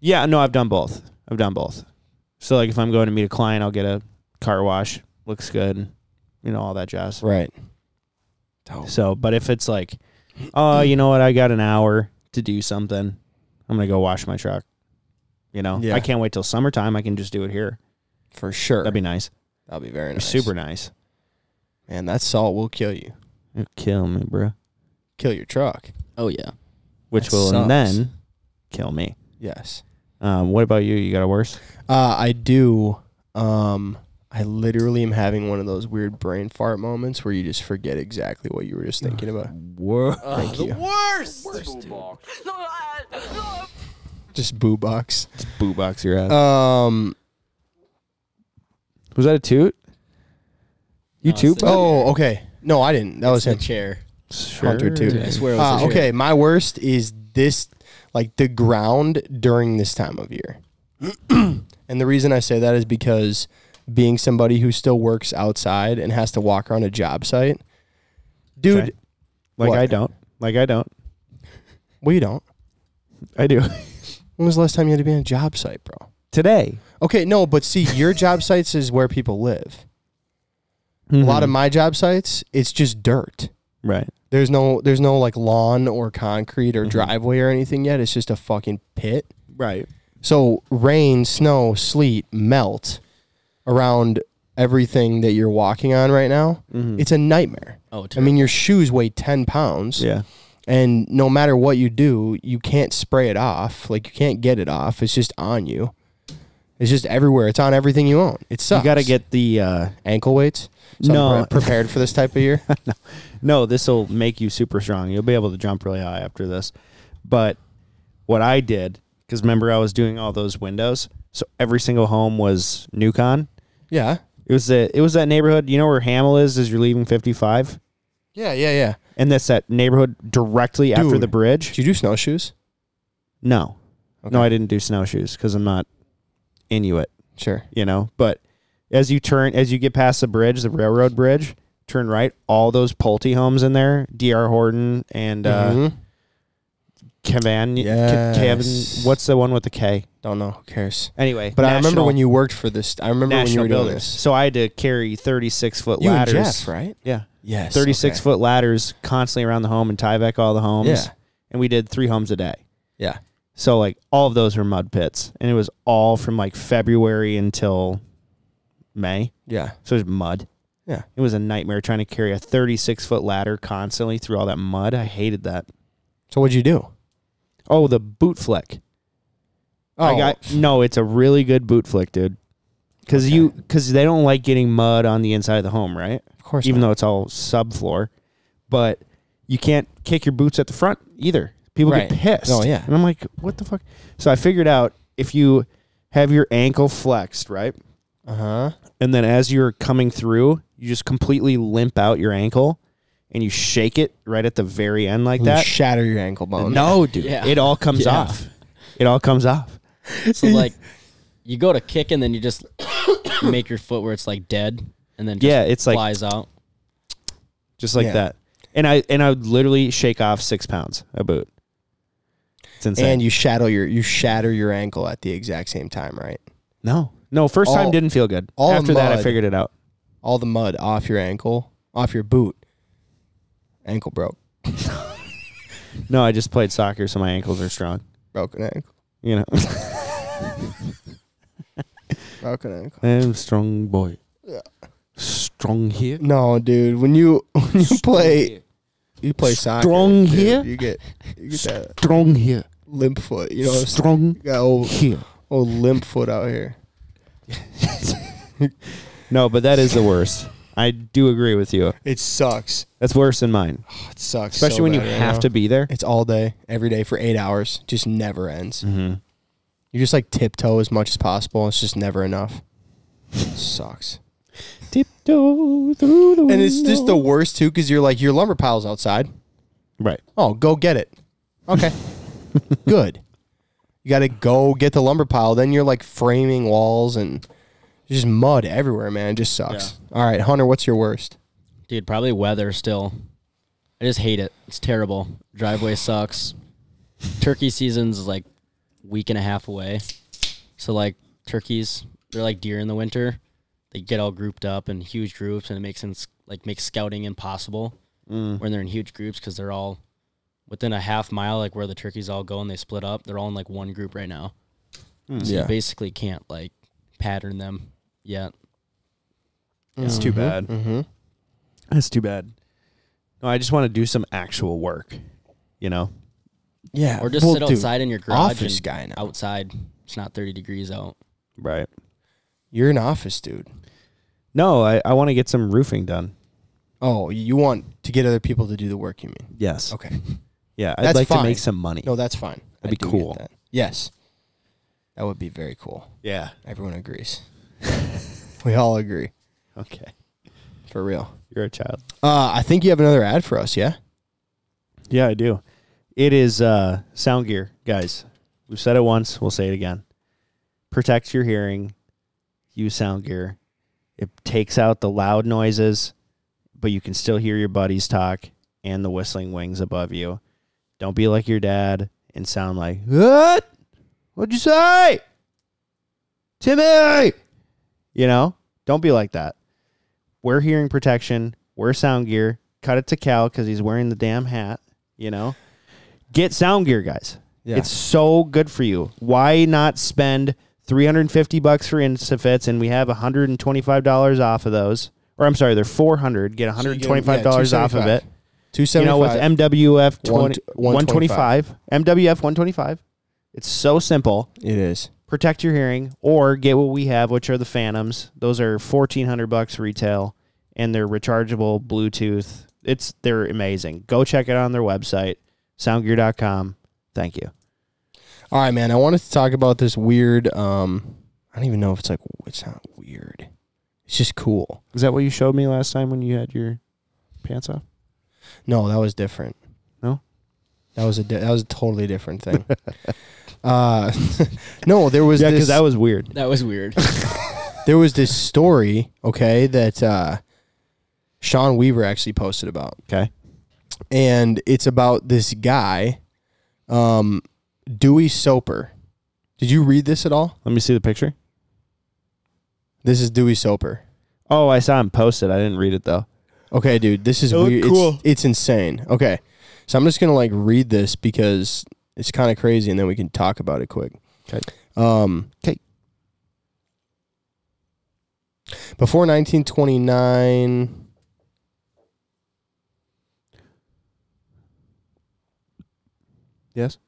Yeah, no, I've done both. I've done both. So like if I'm going to meet a client, I'll get a car wash, looks good, you know all that jazz.
Right.
So, but if it's like, oh, you know what, I got an hour to do something, I'm gonna go wash my truck. You know,
Yeah.
I can't wait till summertime. I can just do it here.
For sure.
That'd be nice.
That'll be very nice.
Super nice.
Man, that salt will kill you.
It'll kill me, bro.
Kill your truck.
Oh yeah.
Which
That
will
sucks.
then kill me.
Yes.
Um, what about you? You got a worse?
Uh, I do. Um, I literally am having one of those weird brain fart moments where you just forget exactly what you were just thinking about. Thank you. Just boo box.
Boo box your ass.
Um.
Was that a toot? You
No,
too?
it's the-
Oh, okay. No, I didn't. That was
The
him.
chair.
Sure.
Hunter toot.
I swear it was
Uh,
the chair.
okay, my worst is this, like the ground during this time of year. and the reason I say that is because being somebody who still works outside and has to walk around a job site. Dude,
Okay. Like
What?
I don't. Like I don't.
well, you don't.
I do.
When was the last time you had to be on a job site, bro?
Today.
Okay, no, but see, your job sites is where people live. A lot of my job sites, it's just dirt.
Mm-hmm. Right.
There's no, there's no like lawn or concrete or driveway or anything yet. It's just a fucking pit.
Right.
So rain, snow, sleet, melt around everything that you're walking on right now.
Mm-hmm.
It's a nightmare.
Oh,
I mean, your shoes weigh 10 pounds.
Yeah.
And no matter what you do, you can't spray it off. Like, you can't get it off. It's just on you. It's just everywhere. It's on everything you own. It sucks.
You got to get the uh
ankle weights. So I'm
No.
pre- prepared for this type of year.
no, this will make you super strong. You'll be able to jump really high after this. But what I did, because remember I was doing all those windows, so every single home was Newcon.
yeah.
It was the it was that neighborhood. You know where Hamill is as you're leaving 55,
Yeah, yeah, yeah.
and that's that neighborhood directly after
Dude.
the
Did
bridge.
you do snowshoes?
No,
Okay.
no, I didn't do snowshoes because I'm not Inuit,
Sure.
you know. But as you turn, as you get past the bridge, the railroad bridge, turn right. All those Pulte homes in there, D.R. Horton and uh,
Mhm.
Kevin. Ke- Kevin.
Yes.
What's the one with the K?
Don't know. Who cares?
Anyway,
But I remember
national-
when you worked for this. I remember when you
national
were doing
builders.
this.
So I had to carry 36 foot
You and
ladders.
Jeff, right?
Yeah,
Yes.
36
okay.
foot ladders constantly around the home and tie back all the homes.
Yeah.
and we did three homes a day.
Yeah.
So like all of those were mud pits, and it was all from like February until May.
Yeah.
So it was mud.
Yeah.
It was a nightmare trying to carry a 36 foot ladder constantly through all that mud. I hated that.
So what'd you do?
Oh, the boot flick.
Oh.
I got no. It's a really good boot flick, dude. Because you because they don't like getting mud on the inside of the home, right?
of course.
Even though it's all subfloor, but you can't kick your boots at the front either. People get
Right.
pissed.
Oh, yeah.
and I'm like, what the fuck? So I figured out if you have your ankle flexed, right,
though. Uh huh.
and then as you're coming through, you just completely limp out your ankle, and you shake it right at the very end like
That
that.
shatter your ankle bone.
no, dude,
Yeah.
it all comes
Yeah.
off. It all comes off.
So like, you go to kick and then you just make your foot where it's like dead, and then just
Yeah, it's like-
flies out.
just like
Yeah.
that. And I and I would literally shake off six pounds a boot. It's insane.
And you shatter your you shatter your ankle at the exact same time, right?
no, no, first
All-
time didn't feel good.
all the
After that, I
mud.
figured it out.
All the mud off your ankle, off your boot. Ankle broke,
No, I just played soccer, so my ankles are strong.
broken ankle,
You know,
broken ankle.
I'm a strong boy. Strong here.
No, dude, when you when you play you play soccer,
Strong
dude,
here?
you get you get that
Strong here.
limp foot. You know, what I'm saying?
strong
You got old
here.
old limp foot out here.
No, but that is the worst. I do agree with you.
It sucks.
That's worse than mine,
Oh, it sucks, so
especially when you
bad right
have
now.
to be there.
It's all day, every day for eight hours. Just never ends.
Mm-hmm.
You just like tiptoe as much as possible. It's just never enough. Sucks.
Tiptoe through the
And it's just the worst too, because you're like your lumber pile's outside.
right.
Oh, go get it. Okay, good. You got to go get the lumber pile. Then you're like framing walls and just mud everywhere, man. It just sucks. All right, Hunter, what's your worst?
Dude, probably weather still. I just hate it. It's terrible. Driveway sucks. Turkey season's like week and a half away. So like turkeys, they're like deer in the winter. They get all grouped up in huge groups and it makes sense like makes scouting impossible
Mm.
when they're in huge groups cuz they're all within a half mile like where the turkeys all go and they split up. They're all in like one group right now. So you basically can't like pattern them yet.
It's too bad.
Mm-hmm.
That's too bad. No, I just want to do some actual work, you know?
Yeah,
Or just
well,
sit
dude,
outside in your garage
Office
and
guy now.
outside. It's not 30 degrees out.
Right.
You're an office dude.
No, I, I want to get some roofing done.
Oh, you want to get other people to do the work? You mean?
Yes.
Okay.
Yeah, I'd
That's
like
fine.
to make some money.
No, that's fine.
That'd be
do get
cool.
that. Yes. That would be very cool.
Yeah.
Everyone agrees. we all agree.
Okay.
For real.
You're a child.
Uh, I think you have another ad for us, yeah?
Yeah, I do. It is uh, sound gear, guys. We've said it once. We'll say it again. Protect your hearing. Use sound gear. It takes out the loud noises, but you can still hear your buddies talk and the whistling wings above you. Don't be like your dad and sound like, What? What'd you say? Timmy! You know, don't be like that. Wear hearing protection, wear sound gear, cut it to Cal because he's wearing the damn hat, you know? Get sound gear, guys.
Yeah.
It's so good for you. Why not spend 350 bucks for Instafits and we have $125 off of those? Or I'm sorry, they're 400. Get
So you get-
$125
yeah,
off of it.
275.
You know, with MWF 20,
One t-
125, MWF 125. It's so simple.
it is.
Protect your hearing or get what we have, which are the Phantoms. Those are 1400 bucks retail and they're rechargeable Bluetooth. It's they're amazing. Go check it out on their website, soundgear.com. Thank you.
All right, man. I wanted to talk about this weird. Um, I don't even know if it's like it's not weird. It's just cool.
Is that what you showed me last time when you had your pants off?
No, that was different.
No?
that was a di- that was a totally different thing. uh, no, there was
Yeah,
this,
because that was weird.
That was weird.
there was this story. Okay, that uh, Sean Weaver actually posted about.
Okay.
and it's about this guy, um, Dewey Soper. Did you read this at all?
Let me see the picture.
This is Dewey Soper.
Oh, I saw him posted. I didn't read it though.
Okay, dude, this is
It looked
weird.
cool.
It's, it's insane. Okay, so I'm just gonna like read this because it's kind of crazy, and then we can talk about it quick.
'Kay.
Um.
'Kay.
Before 1929.
Yes.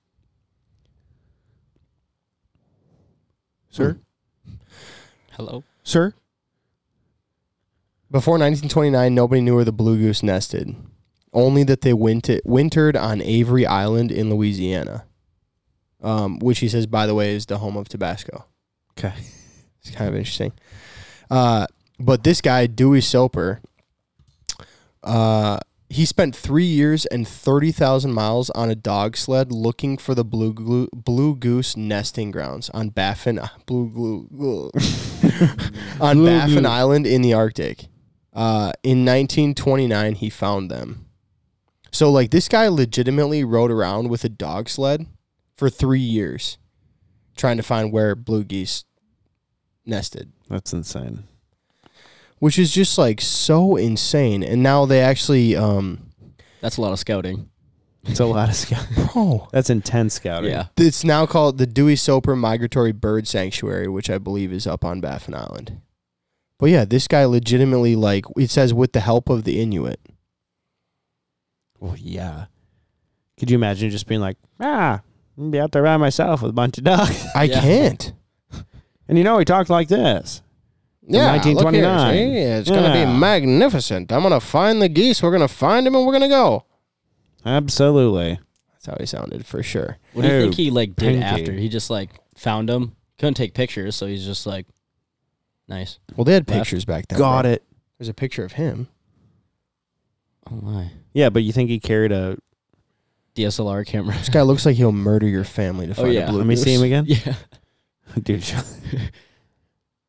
Sir?
Hello.
Sir?
Before 1929, nobody knew where the blue goose nested, only that they went wintered on Avery Island in Louisiana, um, which he says, by the way, is the home of Tabasco.
Okay.
It's kind of interesting. Uh, but this guy, Dewey Soper, uh, he spent three years and 30,000 miles on a dog sled looking for the blue, glu- blue goose nesting grounds on Baffin, blue, glue, glue- on Baffin Island in the Arctic. Uh, in 1929, he found them. So, like, this guy legitimately rode around with a dog sled for three years trying to find where blue geese nested,
That's insane.
which is just like so insane. And now they actually, um,
That's a lot of scouting.
It's a lot of scouting.
bro,
That's intense scouting.
Yeah.
it's now called the Dewey Soper Migratory Bird Sanctuary, which I believe is up on Baffin Island. But yeah, this guy legitimately, like, it says with the help of the Inuit.
Well, Oh, yeah. Could you imagine just being like, ah, I'm gonna be out there by myself with a bunch of dogs?
I
Yeah.
can't.
And you know, he talked like this.
Yeah,
From
look here,
1929.
see? It's gonna
Yeah.
be magnificent. I'm gonna find the geese. We're gonna find them, and we're gonna go.
Absolutely.
That's how he sounded for sure.
What do you
Oh,
think he like did
pinky.
after? He just like found him. Couldn't take pictures, so he's just like, nice.
Well, they had
Left.
pictures back then.
Got
bro.
it.
There's a picture of him.
Oh my.
Yeah, but you think he carried a.
DSLR camera.
This guy looks like he'll murder your family
Oh,
to find
yeah.
a blue
Let me see
goose.
him again.
yeah.
Dude, sh-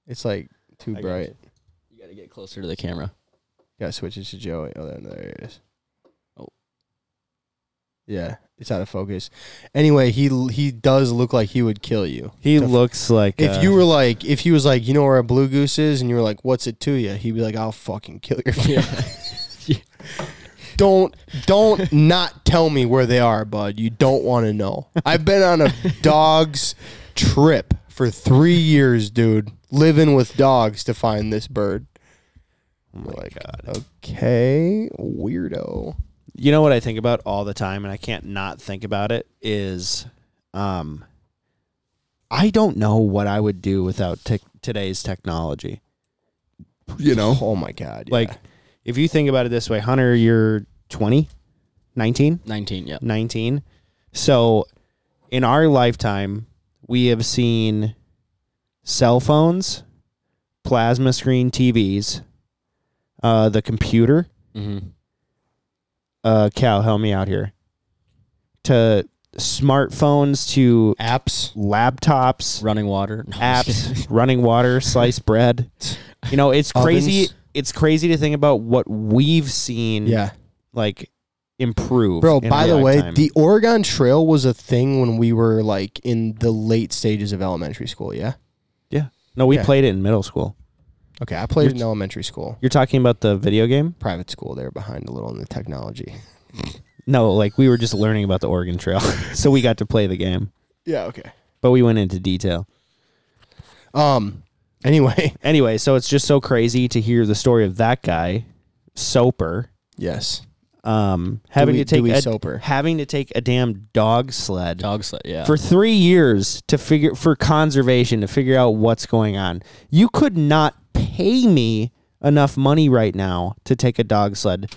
It's like too
I
bright.
You gotta get closer to the camera.
Gotta switch it to Joey. Oh, there, there it is.
Oh.
Yeah, it's out of focus. Anyway, he l- he does look like he would kill you.
he
The f-
looks like.
If
uh,
you were like, if he was like, you know where a blue goose is, and you were like, what's it to you? He'd be like, I'll fucking kill your family. don't don't not tell me where they are, bud. You don't want to know. I've been on a dog's trip for three years, dude, living with dogs to find this bird.
Oh my
like,
God.
Okay, weirdo.
you know what I think about all the time, and I can't not think about it is, um, I don't know what I would do without tech today's technology. You know,
Oh my god. yeah.
like if you think about it this way, Hunter, you're 20, 19,
Nineteen. Yeah.
19. So in our lifetime, we have seen cell phones, plasma screen TVs, uh, the computer,
Mm-hmm.
uh, Cal, help me out here. To smartphones to
Apps,
laptops,
running water, No, I'm just kidding.
apps, running water, sliced bread. You know, it's crazy.
Ovens.
It's crazy to think about what we've seen,
Yeah.
like improve.
Bro,
in
by
our
the way,
lifetime.
the Oregon Trail was a thing when we were like in the late stages of elementary school, yeah?
no, we
yeah.
played it in middle school.
Okay, I played
You're-
in elementary school.
You're talking about the video game?
Private school, they were behind a little in the technology.
No, like we were just learning about the Oregon Trail, so we got to play the game,
Yeah, okay.
but we went into detail.
Um anyway.
Anyway, so it's just so crazy to hear the story of that guy, Soper,
Yes.
um, having
Dewey-
to take
Dewey
a,
Soper.
having to take a damn dog sled
dog sled. Yeah.
for three years to figure for conservation to figure out what's going on. You could not pay me enough money right now to take a dog sled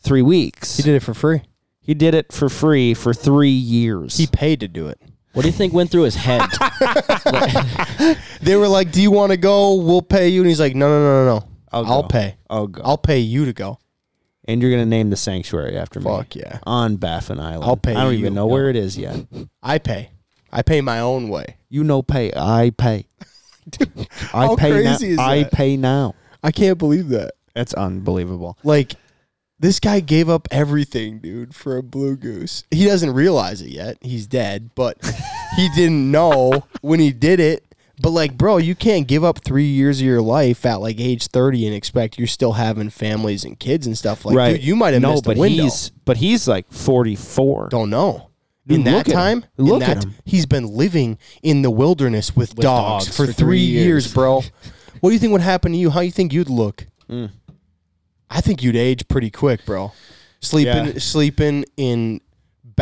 three weeks.
He did it for free.
He did it for free for three years.
He paid to do it.
what do you think went through his head?
They were like, "Do you want to go? We'll pay you." And he's like, "No, no, no, no, no. I'll,
I'll go.
pay.
oh god!
I'll pay you to go."
and you're gonna name the sanctuary after me.
Fuck yeah.
On Baffin Island.
I'll pay
I don't
you.
even know where it is yet.
I pay. I pay my own way.
You know, pay. I pay. I
how
pay
crazy is
now. I
that?
pay now.
I can't believe that.
That's unbelievable.
Like, this guy gave up everything, dude, for a blue goose. He doesn't realize it yet. He's dead, but he didn't know when he did it. But like, bro, you can't give up three years of your life at like age thirty and expect you're still having families and kids and stuff. Like,
right?
dude, you might have
no,
missed
but
a window.
he's but he's like 44.
Don't know.
Dude,
in that
look at him.
time, in
Look at
that-
him.
he's been living in the wilderness with, dogs,
dogs
for, three
for three
years,
years.
bro. what do you think would happen to you? How you think you'd look? I think you'd age pretty quick, bro. Sleeping,
Yeah.
sleeping in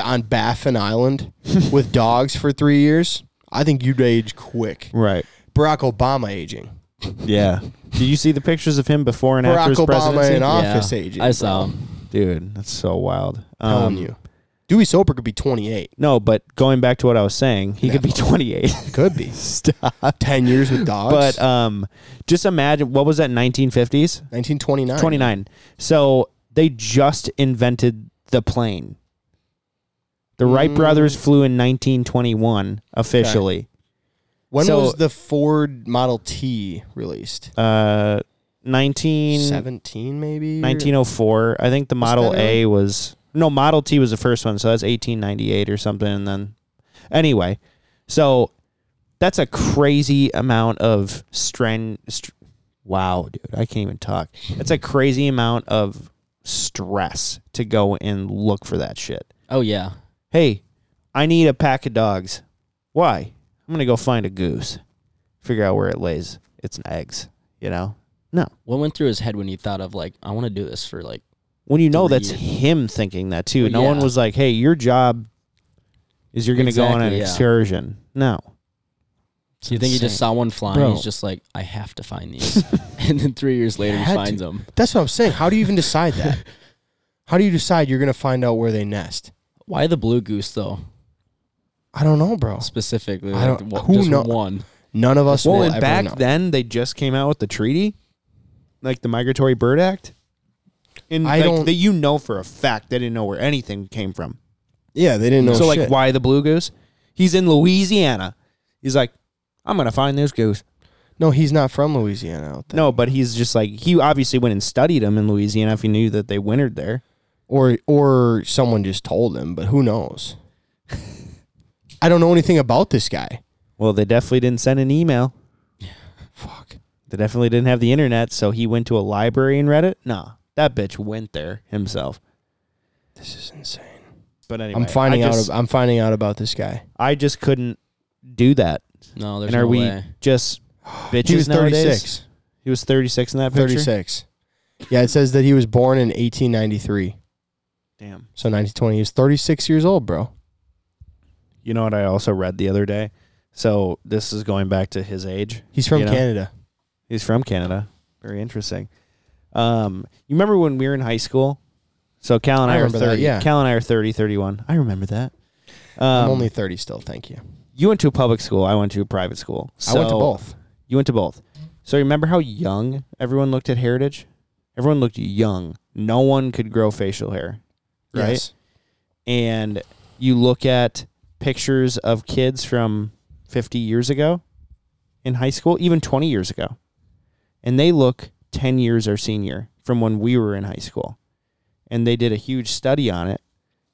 on Baffin Island with dogs for three years. I think you'd age quick.
Right.
Barack Obama aging.
Yeah. Did you see the pictures of him before and after
Barack
his
Obama
presidency?
in
Yeah,
office aging.
I saw him.
Dude, that's so wild. Um,
telling you, Dewey Soper could be 28.
No, but going back to what I was saying, he could be 28.
Could be. Stop. Ten years with dogs.
but um, just imagine what was that 1950s?
1929.
29. So they just invented the plane. The Wright
Mm.
brothers flew in 1921 officially.
When
So-
was the Ford Model T released?
Uh, 19,
17 maybe? or-
1904. I think the Model
that
A was no Model T was the first one, so that's 1898 or something. And then anyway, so that's a crazy amount of strand. St- wow, dude, I can't even talk. That's a crazy amount of stress to go and look for that shit.
Oh yeah.
Hey, I need a pack of dogs. Why? I'm gonna go find a goose, figure out where it lays its eggs. You know? No.
What went through his head when he thought of like, I want to do this for like,
When you know
Three
that's
years.
him thinking that too.
Well,
no one
yeah.
was like, "Hey, your job is you're gonna go on an
Exactly, yeah.
excursion." No.
do you think he just saw one flying?
Bro.
He's just like, I have to find these. and then three years later, he
Had to.
finds them.
That's what I'm saying. How do you even decide that? How do you decide you're going to find out where they nest?
Why the blue goose though?
I don't know, bro.
Specifically,
I
like,
don't-
wha-
who
just
know-
one.
None of us
Well,
will
and
ever
back
know.
then they just came out with the treaty, like the Migratory Bird Act. And
I
like,
don't-
that you know for a fact they didn't know where anything came from.
yeah, they didn't know
so
shit.
like why the blue goose? He's in Louisiana. He's like, I'm gonna find this goose.
No, he's not from Louisiana out there.
No, but he's just like he obviously went and studied them in Louisiana if he knew that they wintered there.
Or or someone just told him, but who knows? I don't know anything about this guy.
Well, they definitely didn't send an email.
Fuck.
They definitely didn't have the internet, so he went to a library and read it. Nah, that bitch went there himself.
This is insane.
But anyway,
I'm finding
I
out
just,
ab- I'm finding out about this guy.
I just couldn't do that.
No, there's
and are
no
we
way.
just bitches
He was
nowadays?
36.
He was 36 in that picture.
36. Yeah, it says that he was born in 1893.
Damn.
So 1920. He was 36 years old, bro.
You know what I also read the other day? So this is going back to his age.
He's from
You know?
Canada.
He's from Canada. Very interesting. Um, you remember when we were in high school? So Cal and
I
I, are
remember that,
30.
yeah.
Cal and I are 30, 31. I remember that. Um,
I'm only 30 still. Thank you.
you went to a public school. I went to a private school.
I went to
So-
both.
You went to both. So remember how young everyone looked at Heritage? Everyone looked young. No one could grow facial hair, right?
Yes.
And you look at pictures of kids from 50 years ago in high school, even 20 years ago, and they look 10 years our senior from when we were in high school. And they did a huge study on it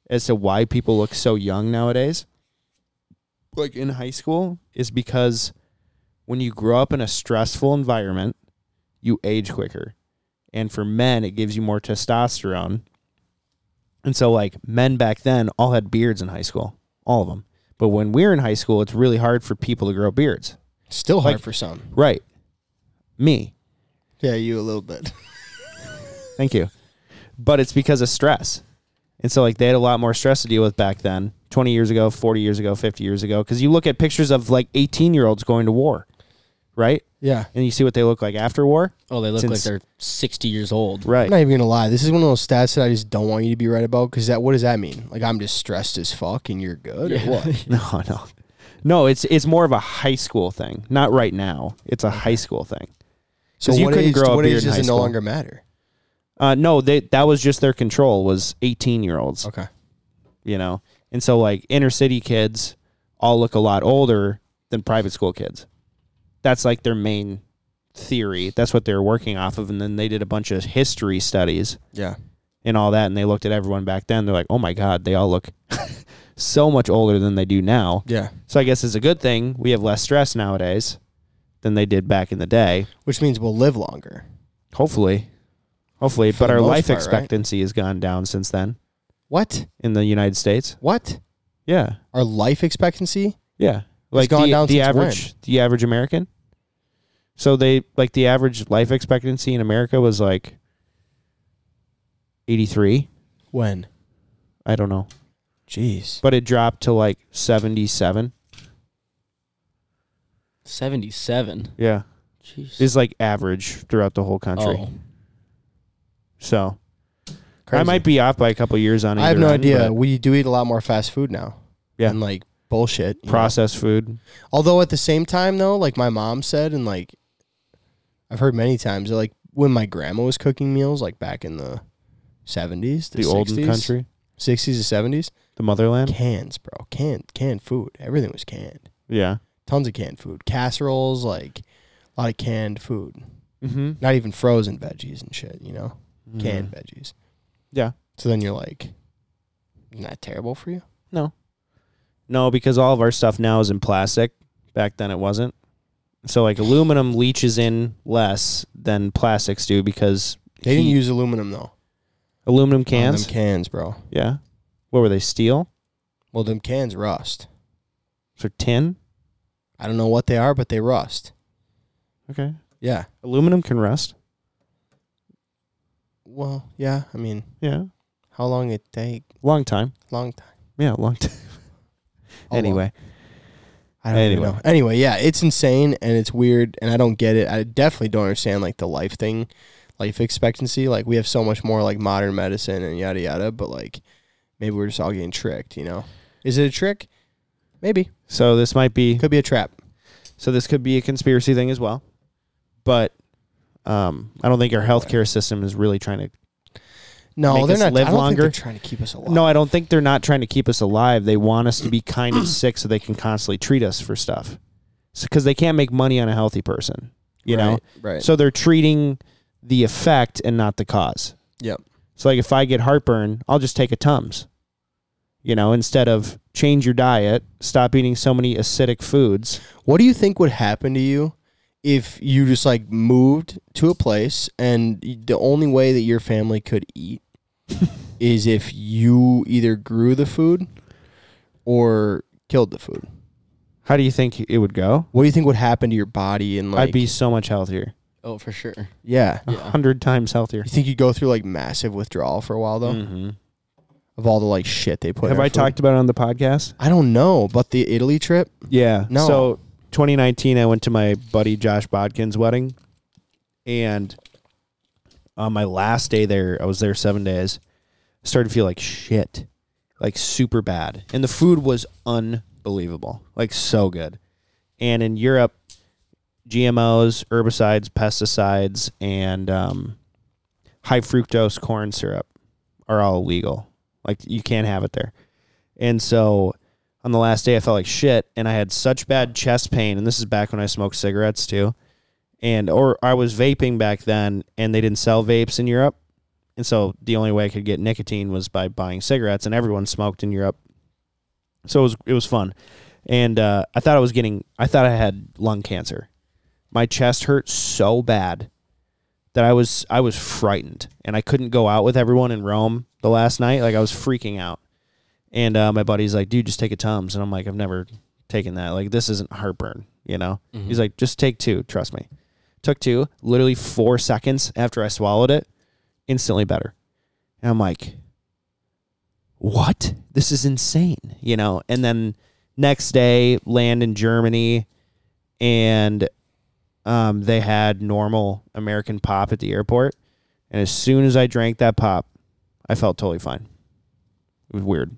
as to why people look so young nowadays, like in high school, is because when you grow up in a stressful environment, you age quicker. And for men, it gives you more testosterone. And so, like, men back then all had beards in high school, all of them. But when we're in high school, it's really hard for people to grow beards.
Still hard
Like-
for some.
Right. Me.
Yeah, you a little bit.
Thank you. But it's because of stress. And so like they had a lot more stress to deal with back then, 20 years ago, 40 years ago, 50 years ago cuz you look at pictures of like 18-year-olds going to war, right?
Yeah.
And you see what they look like after war?
Oh, they look
Since-
like they're 60 years old.
I'm
Right.
not even gonna lie. This is one of those stats that I just don't want you to be right about because that. What does that mean? Like I'm just stressed as fuck, and you're good or what?
No, no. No, it's it's more of a high school thing. Not right now. It's a high school thing.
So
'Cause you
what
couldn't
age,
grow a
what
beard
age
in
does
high
it no
school.
longer matter?
Uh no, they that was just their control was 18-year-olds.
Okay.
you know and so like inner city kids all look a lot older than private school kids that's like their main theory that's what they're working off of and then they did a bunch of history studies
Yeah.
and all that and they looked at everyone back then they're like oh my god they all look so much older than they do now
Yeah.
so i guess it's a good thing we have less stress nowadays than they did back in the day
Which means we'll live longer.
hopefully hopefully
For
but
the
our
most
life
part, right?
expectancy has gone down since then
What?
in the united states
What?
yeah
Our life expectancy?
Yeah, like
gone
the,
down
the
since
average the average American. So they like the average life expectancy in America was like eighty three.
When?
I don't know,
Jeez.
but it dropped to like seventy seven.
77.
Yeah,
Jeez.
is like average throughout the whole country.
Oh.
So
Crazy.
I might be off by a couple years on.
I have
either
no
end,
idea.
but
We do eat a lot more fast food now.
Yeah.
And like bullshit. you know?
Processed food.
Although at the same time though, like my mom said, and like I've heard many times, that, like when my grandma was cooking meals, like back in the seventies,
The olden country,
sixties to seventies,
the motherland.
cans, bro, canned, canned food. Everything was canned.
Yeah.
Tons of canned food, casseroles, like a lot of canned food.
Mm-hmm.
Not even frozen veggies and shit. You know, canned veggies.
Yeah.
So then you're like, isn't that terrible for you?
No, because all of our stuff now is in plastic. Back then it wasn't. So like aluminum leaches in less than plastics do because
They didn't
heat-
use aluminum though.
aluminum
on
cans.
them cans, bro.
yeah. What were they? Steel?
Well, them cans rust.
So tin?
I don't know what they are, but they rust.
Okay.
Yeah.
Aluminum can rust.
Well, yeah. I mean,
Yeah.
how long it take?
Long time.
Long time.
Yeah, long time.
Oh, How long?
anyway.
I don't even
anyway.
know. Anyway, yeah, it's insane and it's weird, and I don't get it. I definitely don't understand like the life thing, life expectancy. Like we have so much more like modern medicine and yada yada, but like maybe we're just all getting tricked. You know? Is it a trick? Maybe.
So this might be
Could be a trap.
so this could be a conspiracy thing as well. But um I don't think our healthcare system is really trying to
No,
Make
they're
us
not.
live
I don't think
longer?
they're trying to keep us alive.
No, I don't think they're not trying to keep us alive. They want us to be kind of sick so they can constantly treat us for stuff. Because they can't make money on a healthy person, you know?
Right. right.
So they're treating the effect and not the cause.
Yep.
So, like, if I get heartburn, I'll just take a Tums, you know, instead of change your diet, stop eating so many acidic foods.
What do you think would happen to you if you just like moved to a place and y- the only way that your family could eat is if you either grew the food or killed the food?
How do you think it would go?
What do you think would happen to your body and like
I'd be so much healthier,
Oh, for sure.
yeah.
a
Yeah.
hundred times healthier.
You think you'd go through like massive withdrawal for a while though
Mhm.
of all the like shit they put in
Have
our
I
food?
talked about it on the podcast?
I don't know, but the Italy trip?
Yeah.
No.
So 2019, I went to my buddy Josh Bodkin's wedding, and on my last day there, I was there seven days. Started to feel like shit, like super bad, and the food was unbelievable, like so good. And in Europe, GMOs, herbicides, pesticides, and um, high fructose corn syrup are all illegal. Like you can't have it there. And so on the last day, I felt like shit, and I had such bad chest pain. And this is back when I smoked cigarettes too, and or I was vaping back then, and they didn't sell vapes in Europe, and so the only way I could get nicotine was by buying cigarettes, and everyone smoked in Europe, so it was it was fun, and uh, I thought I was getting, I thought I had lung cancer. My chest hurt so bad that I was I was frightened and I couldn't go out with everyone in Rome the last night. Like I was freaking out. And uh, my buddy's like, dude, just take a Tums. And I'm like, I've never taken that. Like this isn't heartburn, you know?
Mm-hmm.
He's like, just take two, trust me. Took two, literally four seconds after I swallowed it, instantly better. And I'm like, what? This is insane, you know? And then next day, land in Germany and um, they had normal American pop at the airport. And as soon as I drank that pop, I felt totally fine. It was weird.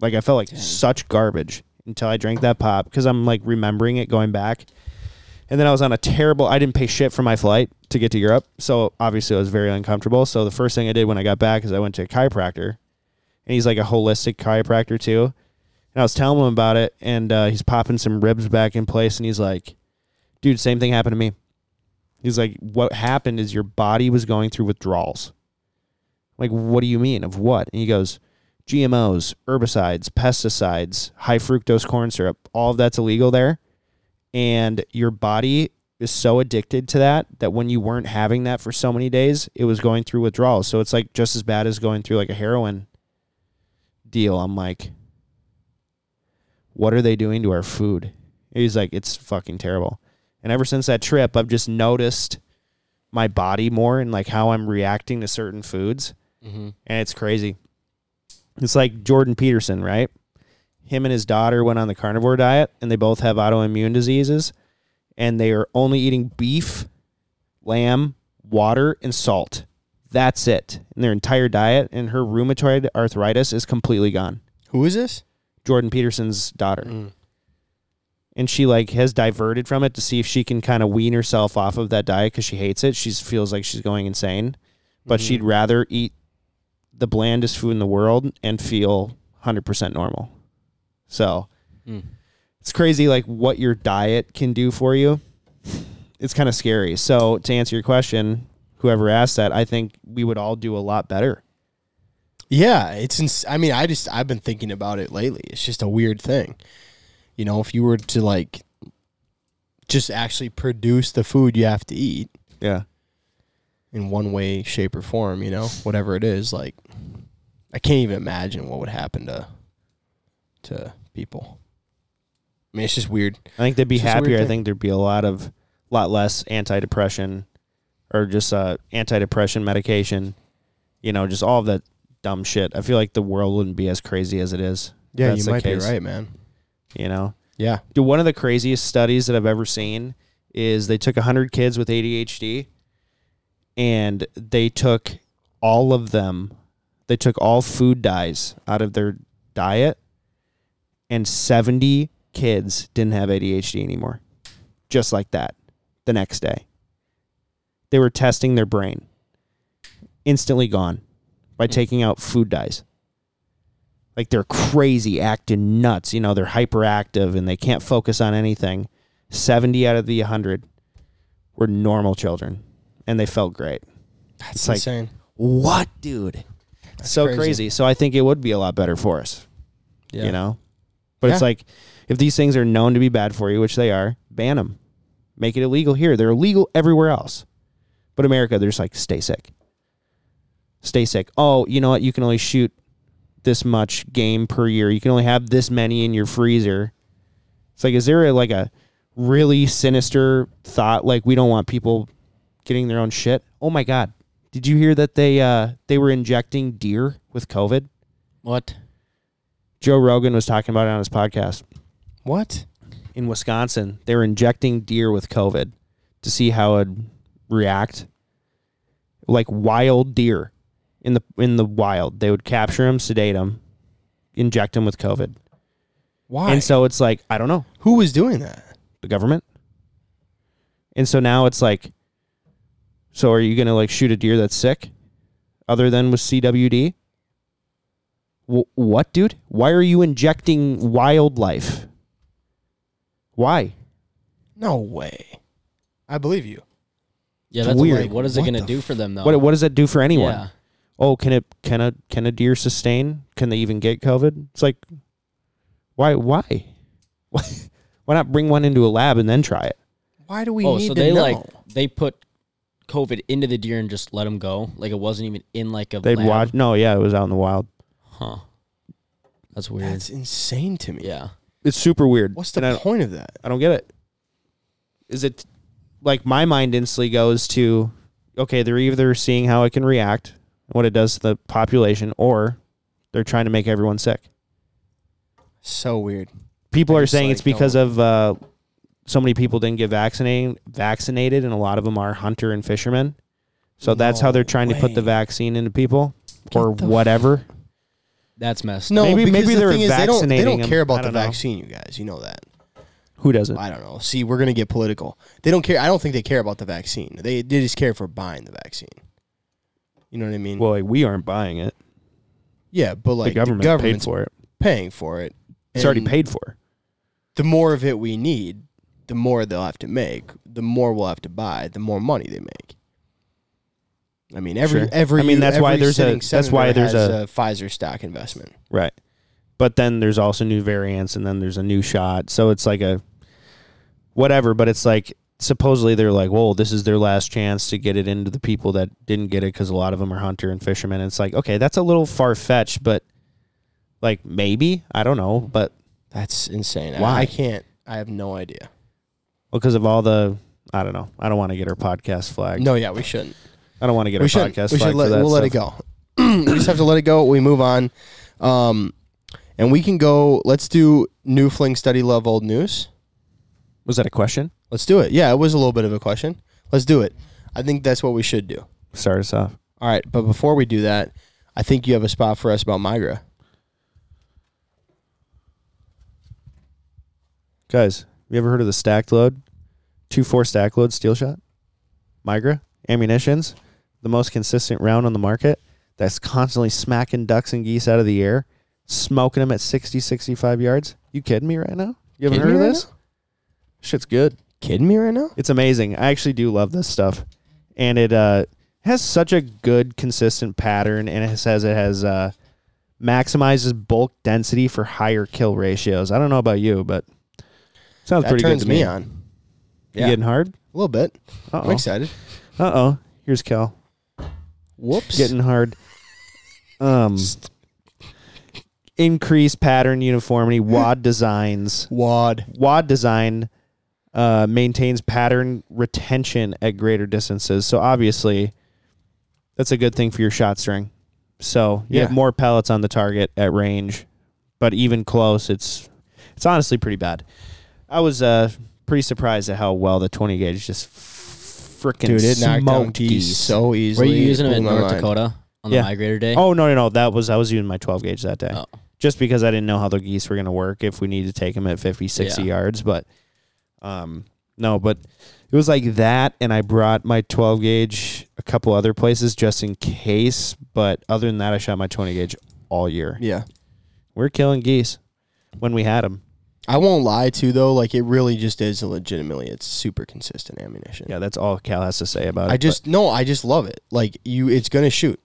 Like I felt like such garbage until I drank that pop because I'm like remembering it going back. And then I was on a terrible. I didn't pay shit for my flight to get to Europe, so obviously I was very uncomfortable. So the first thing I did when I got back is I went to a chiropractor, and he's like a holistic chiropractor too. And I was telling him about it, and uh, he's popping some ribs back in place, and he's like, "Dude, same thing happened to me." He's like, "What happened is your body was going through withdrawals." Like, what do you mean? Of what? And he goes, GMOs, herbicides, pesticides, high fructose corn syrup, all of that's illegal there. And your body is so addicted to that that when you weren't having that for so many days, it was going through withdrawals. So it's like just as bad as going through like a heroin deal. I'm like, what are they doing to our food? He's like, it's fucking terrible. And ever since that trip, I've just noticed my body more and like how I'm reacting to certain foods. And it's crazy. It's like Jordan Peterson, right? Him and his daughter went on the carnivore diet and they both have autoimmune diseases and they are only eating beef, lamb, water, and salt. That's it. And their entire diet and her rheumatoid arthritis is completely gone.
Who is this?
Jordan Peterson's daughter. And she like has diverted from it to see if she can kind of wean herself off of that diet because she hates it. She feels like she's going insane, but she'd rather eat the blandest food in the world and feel 100% normal. So it's crazy like what your diet can do for you. It's kind of scary. So to answer your question, whoever asked that, I think we would all do a lot better.
Yeah, it's. Ins- I mean, I just I've been thinking about it lately. It's just a weird thing, you know. If you were to like, just actually produce the food you have to eat
Yeah.
in one way, shape, or form, you know, whatever it is, like, I can't even imagine what would happen to, to people. I mean, it's just weird.
I think they'd be
It's just a weird
happier. I
thing.
think there'd be a lot of lot less antidepressant or just uh antidepressant medication. You know, just all of that dumb shit. I feel like the world wouldn't be as crazy as it is. if
Yeah,
that's
you
the
might
case,
be right, man.
You know?
Yeah,
Dude, one of the craziest studies that I've ever seen is they took 100 kids with ADHD and they took all of them, they took all food dyes out of their diet, and 70 kids didn't have ADHD anymore. Just like that, the next day. They were testing their brain, instantly gone by taking out food dyes like they're crazy acting nuts you know they're hyperactive and they can't focus on anything 70 out of the 100 were normal children and they felt great
that's
like-
insane.
what dude so crazy.
crazy.
so i think it would be a lot better for us
Yeah.
you know but it's
Yeah.
like if these things are known to be bad for you which they are ban them make it illegal here they're illegal everywhere else but america they're just like stay sick stay sick oh you know what you can only shoot this much game per year you can only have this many in your freezer it's like is there a, like a really sinister thought like we don't want people getting their own shit oh my god did you hear that they uh they were injecting deer with covid
What?
Joe Rogan was talking about it on his podcast
what?
in Wisconsin. They were injecting deer with COVID to see how it'd react. Like wild deer in the in the wild, they would capture them, sedate them, inject them with COVID,
Why?
and so it's like I don't know
Who was doing that?
the government, and so now it's like, so are you gonna like shoot a deer that's sick, other than with CWD? "Wh- what, dude? Why are you injecting wildlife? Why?
No way. I believe you.
Yeah,
It's
that's
weird.
weird. What is it
What
going to
the
do for them though?
What, what does that do for anyone?
Yeah.
Oh, can it can a can a deer sustain? Can they even get COVID? It's like, why why? Why why not bring one into a lab and then try it?
Why do we
oh,
need
so
to
they
know?
like they put COVID into the deer and just let them go. Like it wasn't even in like a
They'd
lab.
watch. No, yeah, it was out in the wild.
Huh. That's weird.
That's insane to me.
yeah.
It's super weird.
What's
and I
the
don't-
point of that?
I don't get it. Is it like my mind instantly goes to okay, they're either seeing how it can react, what it does to the population, or they're trying to make everyone sick.
So weird.
People
I
are
just,
saying
like,
it's because of
don't-
uh, so many people didn't get vaccinated, vaccinated, and a lot of them are hunter and fishermen. So that's how
No
they're trying to put the
way.
vaccine into people or
Get the
whatever.
That's messed.
No,
Maybe-
maybe,
maybe
the
they're
thing is they don't, they
vaccinating
don't
them.
care
I
about the
don't know.
vaccine, you guys. You know that.
Who doesn't?
I don't know. See, we're gonna get political. They don't care. I don't think they care about the vaccine. They they just care for buying the vaccine. You know what I mean?
Well, like, we aren't buying it.
yeah, but like
the government
the
paid
government's
for it.
paying for it.
It's already
and
paid for.
The more of it we need, the more they'll have to make. The more we'll have to buy. The more money they make. I mean, every
Sure.
every
I mean, that's why
every
there's a-
sitting
that's why
senator
there's
has
a-
Pfizer stock investment.
Right. But then there's also new variants and then there's a new shot. So it's like a whatever, but it's like supposedly they're like, "Whoa, this is their last chance to get it into the people that didn't get it cuz a lot of them are hunter and fishermen." it's like, "Okay, that's a little far-fetched, but like maybe, I don't know, but
That's insane. I-
Why?
I can't. I have no idea.
because of all the I don't know. I don't want to get our podcast flagged.
No, yeah, we shouldn't.
I don't want to get our
we should.
podcast
We
flagged
should
for
let,
that
we'll let it
stuff.
go. we just have to let it go. We move on, um, and we can go. Let's do new fling study love old news.
Was that a question?
Let's do it. Yeah, it was a little bit of a question. Let's do it. I think that's what we should do.
Start us off.
All right, but before we do that, I think you have a spot for us about Migra.
Guys, you ever heard of the stacked load? Two four stack load steel shot? Migra? Ammunitions? The most consistent round on the market that's constantly smacking ducks and geese out of the air, smoking them at 60, 65 yards. You kidding me right now? You haven't
Kidding
heard
me
of
right
this? Shit's good.
Kidding me right now?
It's amazing. I actually do love this stuff. And it uh, has such a good, consistent pattern. And it says it has uh, maximizes bulk density for higher kill ratios. I don't know about you, but sounds
That
pretty
turns
good to
me
me.
on
You
Yeah.
getting hard?
a little bit.
Uh
I'm
oh.
excited.
Uh oh. Here's Cal.
Whoops.
Getting hard. Um. Increase pattern uniformity. Wad designs.
wad.
Wad design uh, maintains pattern retention at greater distances. So obviously, that's a good thing for your shot string. So you have
Yeah.
more pellets on the target at range, but even close, it's it's honestly pretty bad. I was uh, pretty surprised at how well the twenty gauge just freaking
Dude, it knocked down
smoked
geese,
geese.
so
Were
easily.
you using them
Blew
in
my
North
mind.
Dakota on
Yeah.
the migrator day?
Oh no, no, no! That was I was using my 12 gauge that day,
Oh.
just because I didn't know how the geese were going to work if we need to take them at 50, 60
Yeah.
yards. But um, no, but it was like that, and I brought my 12 gauge a couple other places just in case. But other than that, I shot my 20 gauge all year.
Yeah.
We're killing geese when we had them.
I won't lie to though, like it really just is legitimately it's super consistent ammunition.
Yeah, that's all Cal has to say about it.
I
but
just no, I just love it. Like you it's gonna shoot.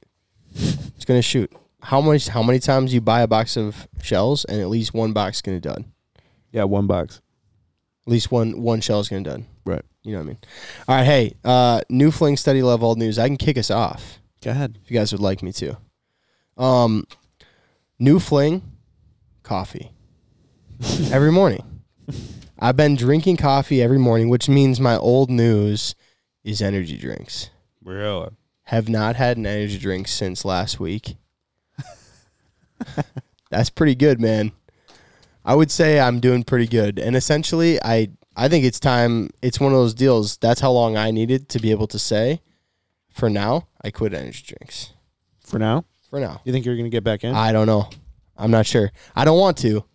It's gonna shoot. How much how many times you buy a box of shells and at least one box gonna done.
yeah, one box.
At least one one shell's gonna done.
Right.
You know what I mean? All right, hey, uh new fling study love old news. I can kick us off
Go ahead.
if you guys would like me to. Um new fling coffee. every morning. I've been drinking coffee every morning, which means my old news is energy drinks.
Really?
Have not had an energy drink since last week. That's pretty good, man. I would say I'm doing pretty good. And essentially, I I think it's time. It's one of those deals. That's how long I needed to be able to say. For now, I quit energy drinks.
For now,
For now,
you think you're going to get back in?
I don't know. I'm not sure. I don't want to.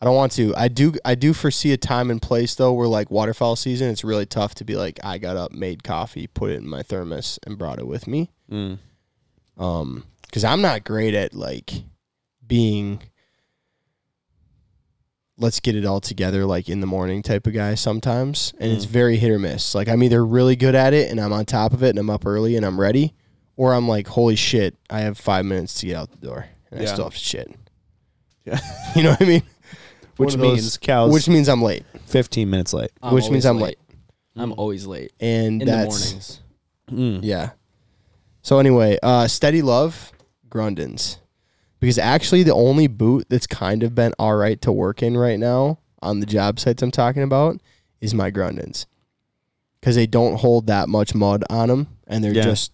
I don't want to. I do. I do foresee a time and place though, where like waterfowl season, it's really tough to be like, I got up, made coffee, put it in my thermos, and brought it with me.
Mm.
Um, because I'm not great at like being let's get it all together like in the morning type of guy sometimes and
Mm.
it's very hit or miss like i'm either really good at it and i'm on top of it and i'm up early and i'm ready or i'm like holy shit i have five minutes to get out the door and
Yeah.
i still have to shit
Yeah.
you know what i mean
Which
One of those-
means cows
which means i'm late
15 minutes late.
I'm
Which means
always
I'm late.
I'm always late
and
in the
that's
mornings.
Mm.
Yeah. So anyway, uh, steady love, Grundins, because actually the only boot that's kind of been all right to work in right now on the job sites I'm talking about is my Grundins, because they don't hold that much mud on them and they're
Yeah.
just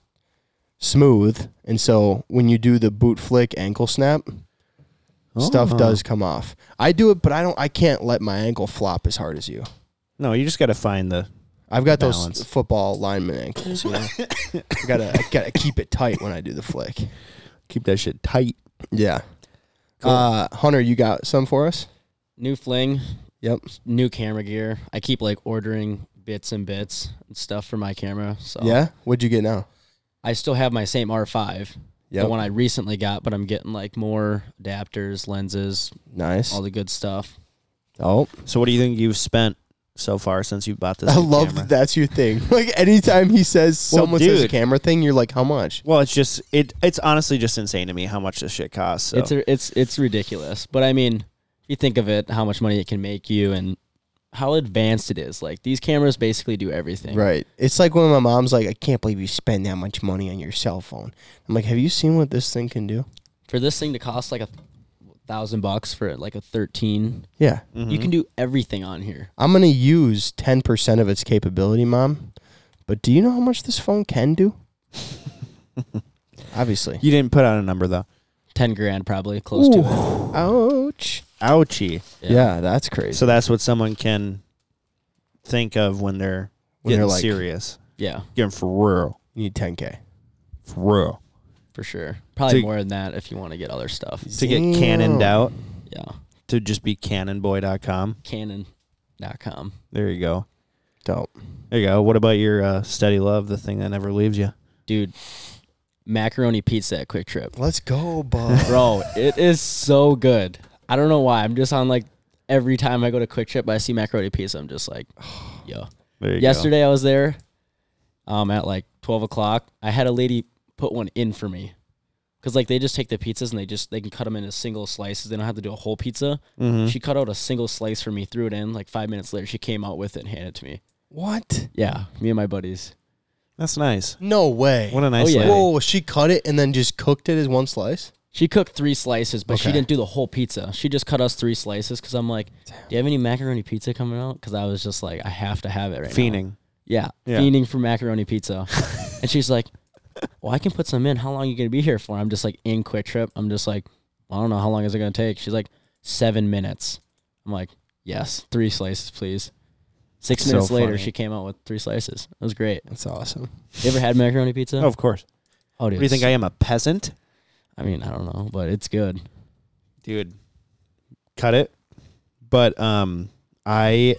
smooth. And so when you do the boot flick ankle snap, stuff
Oh.
does come off. I do it, but I don't. I can't let my ankle flop as hard as you.
No, you just got to find the.
I've got those
Balance.
football lineman ankles. You know? I gotta, I gotta keep it tight when I do the flick.
Keep that shit tight.
Yeah. Uh, Hunter, you got some for us?
New fling,
Yep.
new camera gear. I keep like ordering bits and bits and stuff for my camera. So
Yeah. What'd you get now?
I still have my same R5,
Yep.
the one I recently got, but I'm getting like more adapters, lenses,
Nice.
all the good stuff.
oh,
So, what do you think you've spent so far since you bought this?
I
new
love
camera?
that that's your thing. Like anytime he says
Well,
someone says
dude.
camera thing, you're like, how much?
Well, it's just it. It's honestly just insane to me how much this shit costs. So.
It's a, it's it's ridiculous, but I mean, if you think of it, how much money it can make you and how advanced it is. Like these cameras basically do everything.
Right. It's like when my mom's like, I can't believe you spend that much money on your cell phone. I'm like, have you seen what this thing can do?
For this thing to cost like a thousand bucks for like a 13,
Yeah.
Mm-hmm.
you can do everything on here.
I'm gonna use ten percent of its capability, mom. But do you know how much this phone can do? Obviously.
you didn't put out a number though.
10 grand probably close to it.
Ouch.
Ouchie.
Yeah.
Yeah, that's crazy.
So that's what someone can think of when they're
When
getting
they're like-
serious,
Yeah,
getting for real,
You need 10k.
for real,
for sure. Probably
To-
more than that if you want to get other stuff.
to get cannoned out,
Yeah.
to just be cannonboy.com.
Canon.com.
There you go.
Dope.
There you go. What about your uh, steady love, the thing that never leaves you?
Dude, macaroni pizza at Quick Trip.
Let's go, bud.
Bro, it is so good. I don't know why. I'm just on like every time I go to Quick Trip, I see macaroni pizza. I'm just like, yo.
There you go.
Yesterday I was there um, at like 12 o'clock. I had a lady put one in for me. Cause like they just take the pizzas and they just they can cut them into single slices. They don't have to do a whole pizza.
Mm-hmm.
She cut out a single slice for me, threw it in. Like five minutes later, she came out with it and handed it to me.
what?
Yeah, me and my buddies.
That's nice.
No way.
What a nice
yeah.
lady.
Whoa, she cut it and then just cooked it as one slice?
She cooked three slices, but she
Okay.
didn't do the whole pizza. She just cut us three slices because I'm like, do you have any macaroni pizza coming out? Because I was just like, I have to have it right now.
Fiending.
Yeah,
Yeah.
fiending for macaroni pizza. and she's like, well, I can put some in. How long are you going to be here for? I'm just like, in quick trip. I'm just like, I don't know. How long is it going to take? She's like, seven minutes. I'm like, yes, three slices, please. Six
So
minutes later,
funny.
she came out with three slices. It was great.
That's awesome.
You ever had macaroni pizza?
Oh, of course.
oh
What
dude.
do you think? I am a peasant,
I mean, I don't know, but it's good.
dude. Cut it. But um, I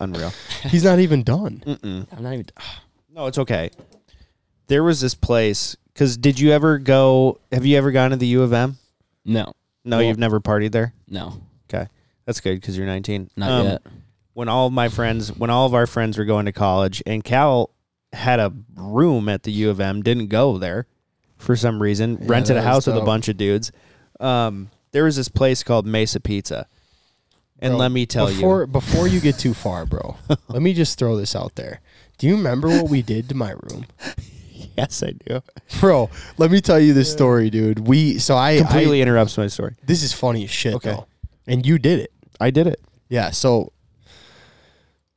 unreal.
He's not even done.
I'm not even.
No, it's okay. There was this place because did you ever go? Have you ever gone to the U of M?
No,
No,
Well-
you've never partied there.
no,
Okay, that's good because you're 19.
not
Um,
yet.
When all of my friends, when all of our friends were going to college, and Cal had a room at the U of M, didn't go there for some reason. rented a
that is
house with a
dope.
bunch of dudes. Um, there was this place called Mesa Pizza, and
Bro,
let me tell
before,
you,
Before you get too far, bro, let me just throw this out there. Do you remember what we did to my room?
yes, I do.
Bro, let me tell you this story, dude. We, so I, I
Completely interrupts my story.
this is funny as shit,
Okay.
though. And you did it.
I did it.
Yeah, so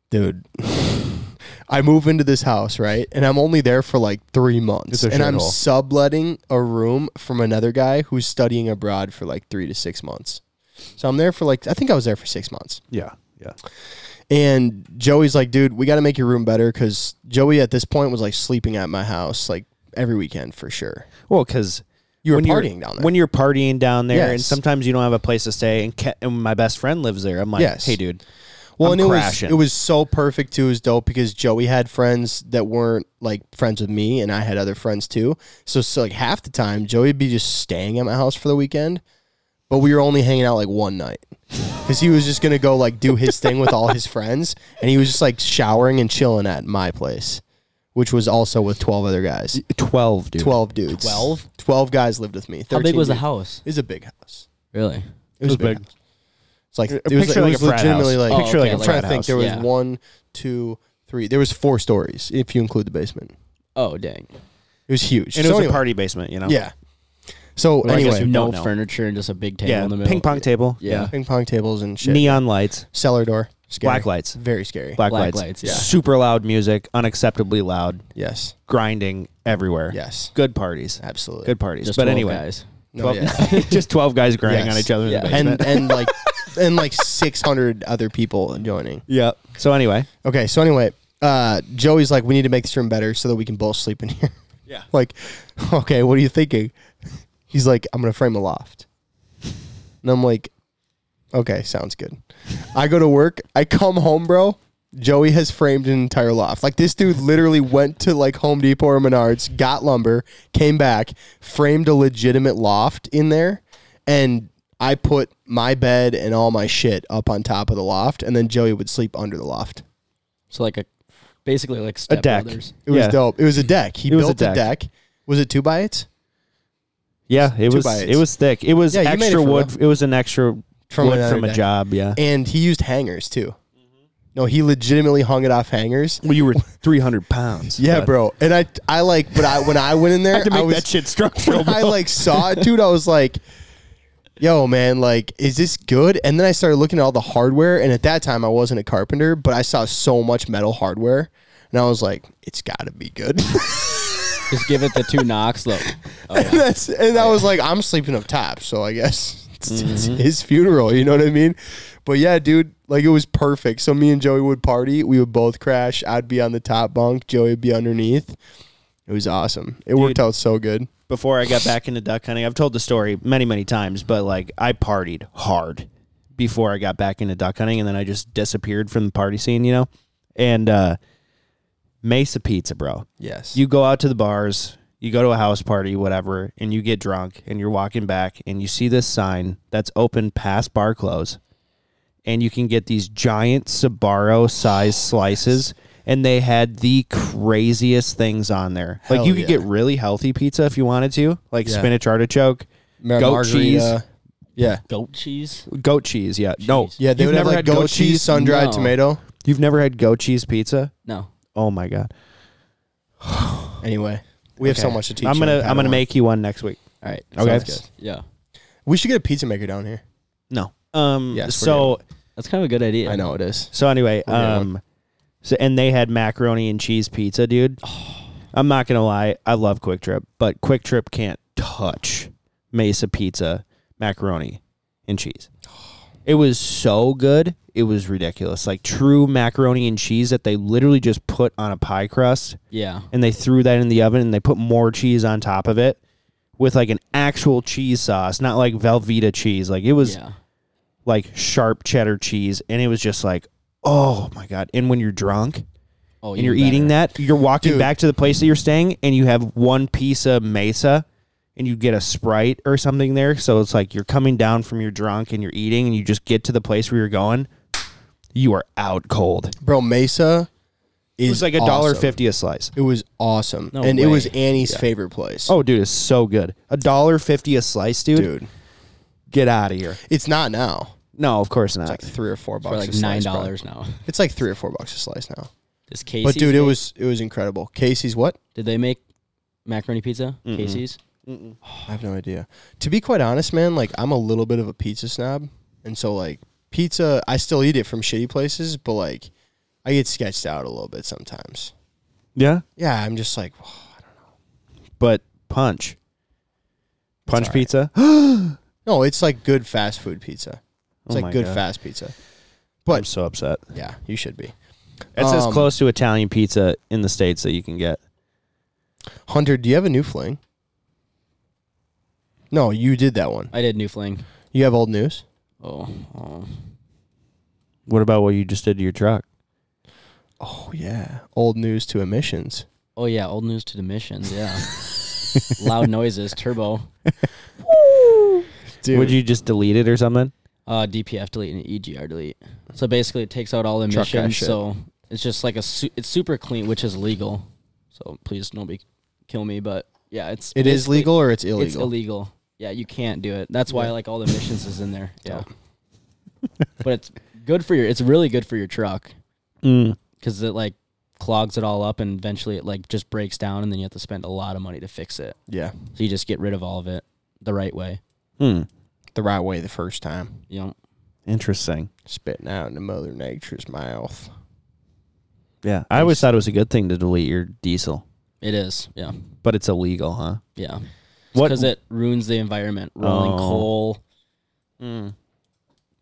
dude, I move into this house, right? And I'm only there for like 3
It's
months.
a
And I'm
shithole.
subletting a room from another guy who's studying abroad for like 3 to 6 months. So I'm there for like I think I was there for 6 months.
Yeah, yeah.
And Joey's like, dude, we got to make your room better cuz Joey at this point was like sleeping at my house like every weekend for sure.
Well, because
You were partying down there.
When you're partying down there, and
Yes.
sometimes you don't have a place to stay, and, ca- and my best friend lives there. I'm like,
Yes.
hey, dude.
Well,
I'm
and it
crashing.
was it was so perfect too. It was dope because Joey had friends that weren't like friends with me, and I had other friends too. So, so like half the time, Joey would be just staying at my house for the weekend, but we were only hanging out like one night because he was just gonna go like do his thing with all his friends, and he was just like showering and chilling at my place, which was also with twelve other guys,
Twelve, dude.
twelve dudes,
12?
twelve guys lived with me.
How big
13
was the
dudes.
house?
It was a big house.
Really?
It was,
was
a big.
big.
house. It's like it was,
Picture
it
like
was
a frat
legitimately
house.
like
Oh, Picture like okay, a
I'm
like-
trying to
frat
think.
house.
There was
Yeah.
one, two, three. There was four stories if you include the basement.
Oh dang.
It was huge.
And it
So
was a
anyway,
party basement, you know.
Yeah. So
I guess
anyway,
you
no
don't know.
furniture and just a big table
yeah.
in the middle.
Ping pong table.
Yeah.
ping pong tables and shit.
Neon lights.
Cellar door. Scary.
Black lights.
Very scary.
Black,
Black
lights.
lights, yeah.
Super loud music. Unacceptably loud.
Yes.
Grinding everywhere.
Yes.
Good parties.
Absolutely.
Good parties.
Just
but
12
anyway,
guys.
No,
12
Oh, yeah.
just twelve guys grinding
Yes.
on each other. In
Yeah.
the basement.
and and like and like 600 other people joining.
yeah. So anyway,
Okay, so anyway, uh Joey's like we need to make this room better so that we can both sleep in here.
Yeah.
like, okay, what are you thinking? He's like I'm going to frame a loft. And I'm like okay, sounds good. I go to work, I come home, bro. Joey has framed an entire loft. Like this dude literally went to like Home Depot or Menards, got lumber, came back, framed a legitimate loft in there, and I put my bed and all my shit up on top of the loft, and then Joey would sleep under the loft.
So like a basically like
a
step
deck.
brothers.
It was
Yeah.
dope. It was a deck. He
It was a
built a deck.
deck.
Was it two by eights?
Yeah, it
Two
was
by eights.
it was thick. It was
Yeah, you made it
extra
from
wood. It was an extra
From
wood
another
from a
deck.
job. Yeah.
And he used hangers too. No, he legitimately hung it off hangers.
Well, you were three hundred pounds.
Yeah, bro. And I, I like, but I when I went in there,
Had to make
I was
that shit structural.
when I like saw it, dude, I was like, yo, man, like, is this good? And then I started looking at all the hardware. And at that time, I wasn't a carpenter, but I saw so much metal hardware. And I was like, it's got to be good.
Just give it the two knocks. Look. Oh, yeah.
That's And I was like, I'm sleeping up top. So I guess it's, it's his funeral. You know what I mean? But yeah, dude, like, it was perfect. So me and Joey would party. We would both crash. I'd be on the top bunk, Joey would be underneath. It was awesome. It worked out so good.
Before I got back into duck hunting, I've told the story many, many times, but like I partied hard before I got back into duck hunting, and then I just disappeared from the party scene, you know. And uh, Mesa Pizza, bro.
Yes.
You go out to the bars, you go to a house party, whatever, and you get drunk and you're walking back and you see this sign that's open past bar close. And you can get these giant Sabaro size slices. And they had the craziest things on there.
Hell
like you could
yeah.
get really healthy pizza if you wanted to, like
Yeah.
spinach artichoke,
Mar-
goat
margarita. Yeah.
Goat cheese.
cheese, goat cheese. Yeah, no,
Yeah, they
You've
would have
never
like
had
goat, cheese, sun dried
No.
tomato.
You've never had goat cheese pizza?
No.
Oh my god!
Anyway, we have so
Okay.
much to teach.
I'm
you
gonna
on
I'm gonna
Padawan.
make you one next week.
All right.
Okay.
Sounds good. Yeah.
We should get a pizza maker down here.
No. Um.
Yes, we're
so
That's kind of a good idea.
I know it is.
So anyway,
We'll get
um, so and they had macaroni and cheese pizza, dude.
Oh.
I'm not gonna lie, I love Quick Trip, but Quick Trip can't touch Mesa pizza, macaroni, and cheese. It was so good, it was ridiculous. Like true macaroni and cheese that they literally just put on a pie crust
Yeah.
and they threw that in the oven and they put more cheese on top of it with like an actual cheese sauce, not like Velveeta cheese. Like it was
Yeah.
like sharp cheddar cheese, and it was just like, oh my god! And when you're drunk
Oh,
and you're eating that, you're walking
Dude.
back to the place that you're staying, and you have one piece of mesa, and you get a sprite or something there. So it's like you're coming down from your drunk and you're eating, and you just get to the place where you're going. You are out cold.
Bro, Mesa is
It was like a dollar
awesome.
fifty a slice.
It was awesome,
No
and it was
way.
Annie's favorite place.
Oh, dude, it's so good. A dollar fifty a slice, dude.
dude,
Get out of here.
it's not now.
No, of course not.
It's like three or four bucks.
for like
a
nine
slice, bro.
dollars now.
It's like three or four bucks a slice now.
This Casey's.
But dude, it
thing-
was it was incredible. Casey's what?
Did they make macaroni pizza? Casey's.
Oh, I have no idea. To be quite honest, man, like I'm a little bit of a pizza snob, and so like pizza, I still eat it from shitty places, but like I get sketched out a little bit sometimes.
yeah,
Yeah, I'm just like,
but punch, punch
alright.
pizza.
no, it's like good fast food pizza. It's
Oh my
like good
God.
fast pizza.
I'm so upset.
Yeah, you should be.
It's as
Um,
close to Italian pizza in the states that you can get.
Hunter, do you have a new fling? No, you did that one.
I did New Fling.
You have old news.
Oh, oh.
What about what you just did to your truck?
Oh yeah, old news to emissions.
Oh, yeah, old news to the missions. Yeah. Loud noises, turbo.
Dude.
Would you just delete it or something?
Uh, DPF delete and EGR delete. So basically, it takes out all
Truck that
emissions.
shit.
So it's just like a su- it's super clean, which is legal. So please nobody kill me, but yeah, it's
It is
basically-
legal or it's illegal?
It's illegal. Yeah, you can't do it. That's why
Yeah.
like all the emissions is in there.
Yeah.
Yeah, but it's good for your. It's really good for your truck
Mm.
because it like clogs it all up and eventually it like just breaks down and then you have to spend a lot of money to fix it.
Yeah,
So you just get rid of all of it the right way.
Mm.
the right way the first time.
You know.
Interesting.
Spitting out into Mother Nature's mouth.
Yeah. I always thought it was a good thing to delete your diesel,
It is, yeah,
but it's illegal, huh?
yeah.
What-
Because it ruins the environment. Rolling
Oh.
coal,
Hmm.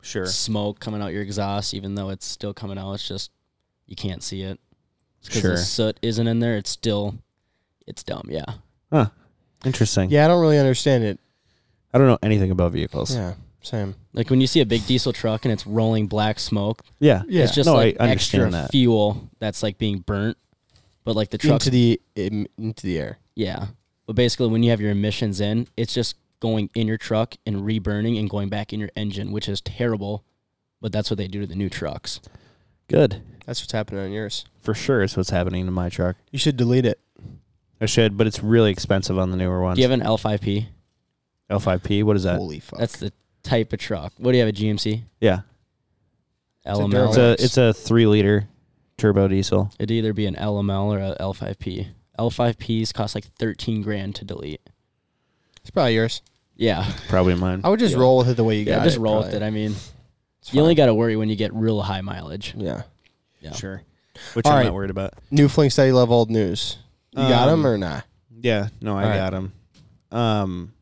Sure.
smoke coming out your exhaust, even though it's still coming out. It's just you can't see it. Because
Sure.
the soot isn't in there. It's still, it's dumb. Yeah,
Huh. Interesting.
Yeah, I don't really understand it.
I don't know anything about vehicles.
Yeah, same.
like when you see a big diesel truck and it's rolling black smoke.
Yeah.
Yeah,
it's just
No,
like
I understand
extra
that.
fuel that's like being burnt. But like the trucks,
Into the em- into the air.
yeah. But basically, when you have your emissions in, it's just going in your truck and reburning and going back in your engine, which is terrible. But that's what they do to the new trucks.
Good.
That's what's happening on yours.
For sure is what's happening to my truck.
You should delete it.
I should, but it's really expensive on the newer ones.
Do you have an L5P?
L5P, what is that?
Holy fuck.
That's the type of truck. What do you have? A GMC?
Yeah.
LML.
It's a it's a 3 liter turbo diesel.
It'd either be an LML or a L5P. L5Ps cost like thirteen grand to delete.
it's probably yours.
Yeah,
Probably mine.
I would just
Yeah.
roll with it the way you
yeah.
got
Just
it.
roll
probably.
with it. I mean,
It's
you only
fine.
got to worry when you get real high mileage.
yeah.
Yeah.
Sure. Which
All
I'm
right.
not worried about.
New fling study love old news. You got 'em got them
Um,
or not?
Yeah, no, I
All right.
got him. Um,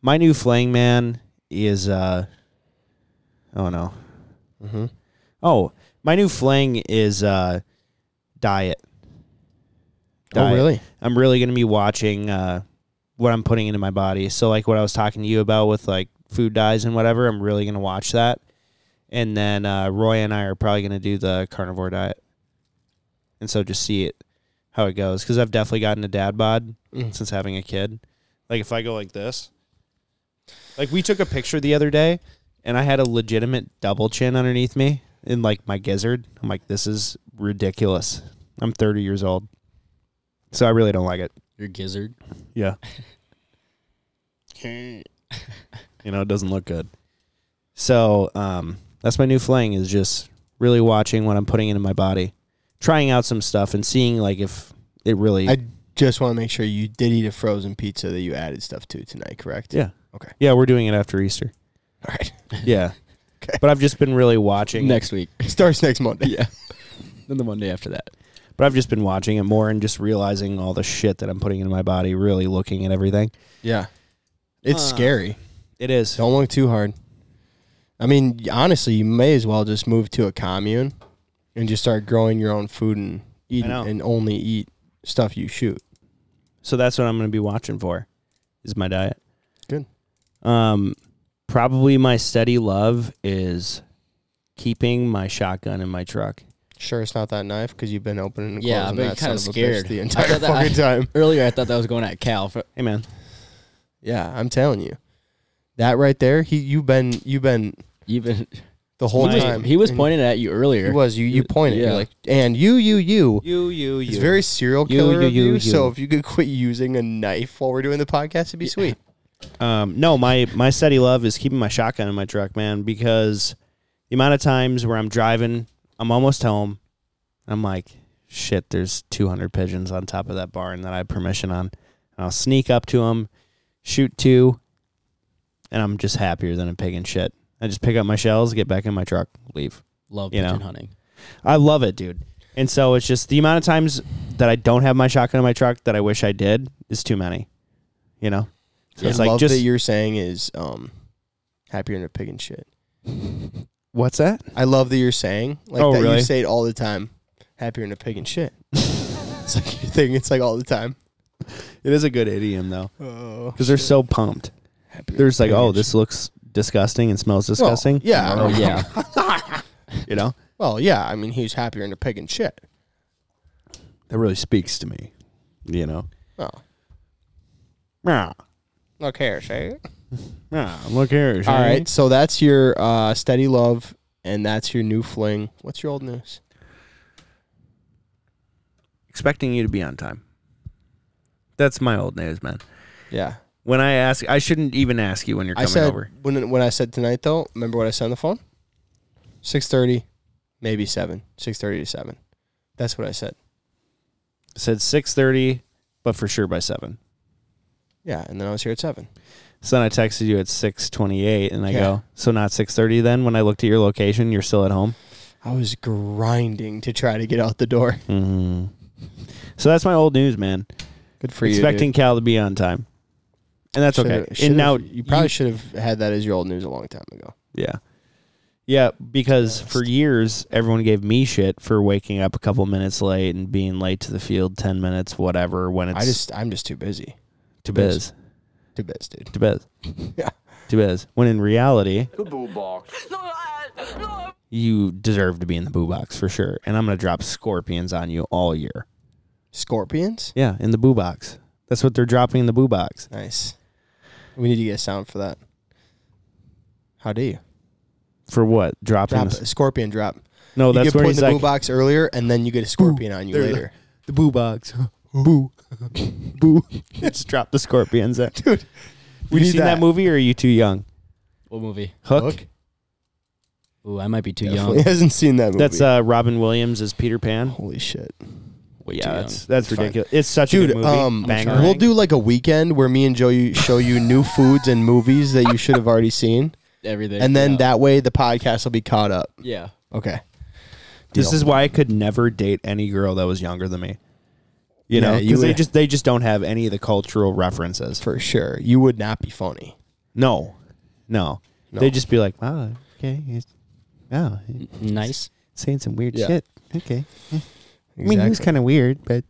my new flang man is uh, oh no,
Nah? Mm-hmm.
oh my new flang is uh, diet.
Oh
Oh,
Diet.
really?
I'm really gonna be watching uh, what I'm putting into my body. So like what I was talking to you about with like food dyes and whatever, I'm really gonna watch that. And then uh, Roy and I are probably gonna do the carnivore diet, and so just see it how it goes because I've definitely gotten a dad bod
Mm.
since having a kid. Like if I go like this, like we took a picture the other day, and I had a legitimate double chin underneath me in like my gizzard. I'm like, this is ridiculous. I'm 30 years old, so I really don't like it.
Your gizzard.
Yeah, you know, it doesn't look good. So um, that's my new fling is just really watching what I'm putting into my body, trying out some stuff and seeing like if it really.
I just want to make sure you did eat a frozen pizza that you added stuff to tonight, correct?
yeah.
Okay.
Yeah, we're doing it after Easter.
All right.
Yeah.
Okay.
But I've just been really watching.
Next week.
Starts next Monday.
yeah. Then the Monday after that.
But I've just been watching it more and just realizing all the shit that I'm putting into my body, really looking at everything.
Yeah. It's
Uh,
scary.
It is.
Don't look too hard. I mean, y- honestly, you may as well just move to a commune and just start growing your own food and eating
know.
and only eat stuff you shoot.
So that's what I'm going to be watching for is my diet.
Good.
Um probably my steady love is keeping my shotgun in my truck.
Sure, it's not that knife because you've been opening and
Yeah,
closing
but
that
you're
son
kinda
of a bitch
scared.
the
I
entire
thought that-
fucking time.
Earlier, I thought that was going at Cal. For,
Hey man.
Yeah, I'm telling you, that right there, he you've been you've been
you've been.
the whole
He was-
time.
He was
and
pointing at you
He
earlier.
was you. You pointed. You're
yeah.
like, and you, you, you.
You you you.
It's very serial
You,
killer
you,
of
you,
you.
you.
So if you could quit using a knife while we're doing the podcast, it'd be sweet.
Um, no, my my steady love is keeping my shotgun in my truck, man, because the amount of times where I'm driving, I'm almost home, I'm like, shit, there's 200 pigeons on top of that barn that I have permission on, and I'll sneak up to them, shoot two, and I'm just happier than a pig in shit. I just pick up my shells, get back in my truck, leave.
Love
you
pigeon
know.
hunting.
I love it, dude. And so it's just the amount of times that I don't have my shotgun in my truck that I wish I did is too many, you know. So
I
it's like
love
just
that you're saying is um, happier than a pig and shit.
what's that?
I love that you're saying like
Oh,
that. You
really?
say it all the time. Happier than a pig and shit. it's like your thing. It's like all the time.
It is a good idiom though,
Oh,
because they're so pumped. There's like, oh, this looks disgusting and smells disgusting.
yeah.
Oh yeah.
you know
Well, yeah. I mean, he's happier than a pig and shit.
that really speaks to me. You know,
Oh,
yeah,
look here, see?
Ah, look here.
All
Shane.
right, so that's your uh, steady love, and that's your new fling. What's your old news?
Expecting you to be on time. That's my old news, man.
Yeah,
When I ask, I shouldn't even ask you when you're
I
coming
said
over.
when when I said tonight though. Remember what I said on the phone? Six thirty, maybe seven. Six thirty to seven. That's what I said.
Said six thirty, but for sure by seven.
Yeah, and then I was here at seven.
So then I texted you at six twenty eight, and I
Yeah.
go, so not six thirty. Then when I looked at your location, you're still at home.
I was grinding to try to get out the door.
hmm So that's my old news, man.
Good for
Expecting
you. dude.
Cal to be on time, and that's
Should've-
okay.
should've-
and now
you probably should have had that as your old news a long time ago.
Yeah. Yeah, because for years everyone gave me shit for waking up a couple minutes late and being late to the field, ten minutes, whatever. When it's
I just I'm just too busy.
to biz,
Too busy, dude.
to biz,
Yeah.
to biz. When in reality,
No, I, no,
you deserve to be in the boo box for sure. And I'm gonna drop scorpions on you all year.
Scorpions.
Yeah, in the boo box. That's what they're dropping in the boo box.
Nice. We need to get a sound for that. How do you
For what? Dropping.
drop
the-
a scorpion drop?
No,
you
that's
get
where
put
he's
in the
like
boo box earlier, and then you get a scorpion on you
There you
later.
the boo box. boo, boo. Just drop the scorpions. At. Dude,
we
you
need
seen that.
that.
movie, or are you too young?
What movie?
Hook?
Hook?
Ooh, I might be too
Definitely
young.
hasn't seen that movie.
That's uh, Robin Williams as Peter Pan.
holy shit,
Way
Yeah, that's
too young.
that's
It's fine.
ridiculous. It's such a
dude.
good movie.
Um,
Banger.
we'll do like a weekend where me and Joey show you new foods and movies that you should have already seen,
Everything.
and then
yeah.
that way the podcast will be caught up.
Yeah.
Okay,
This is why I could never date any girl that was younger than me. You know,
Yeah, you
because they
would-
just they just don't have any of the cultural references.
for sure. You would not be funny.
No, no, they just be like, wow, okay, he's, wow, he's
Nice.
saying some weird
Yeah.
shit. Okay, I mean he was kind of weird, but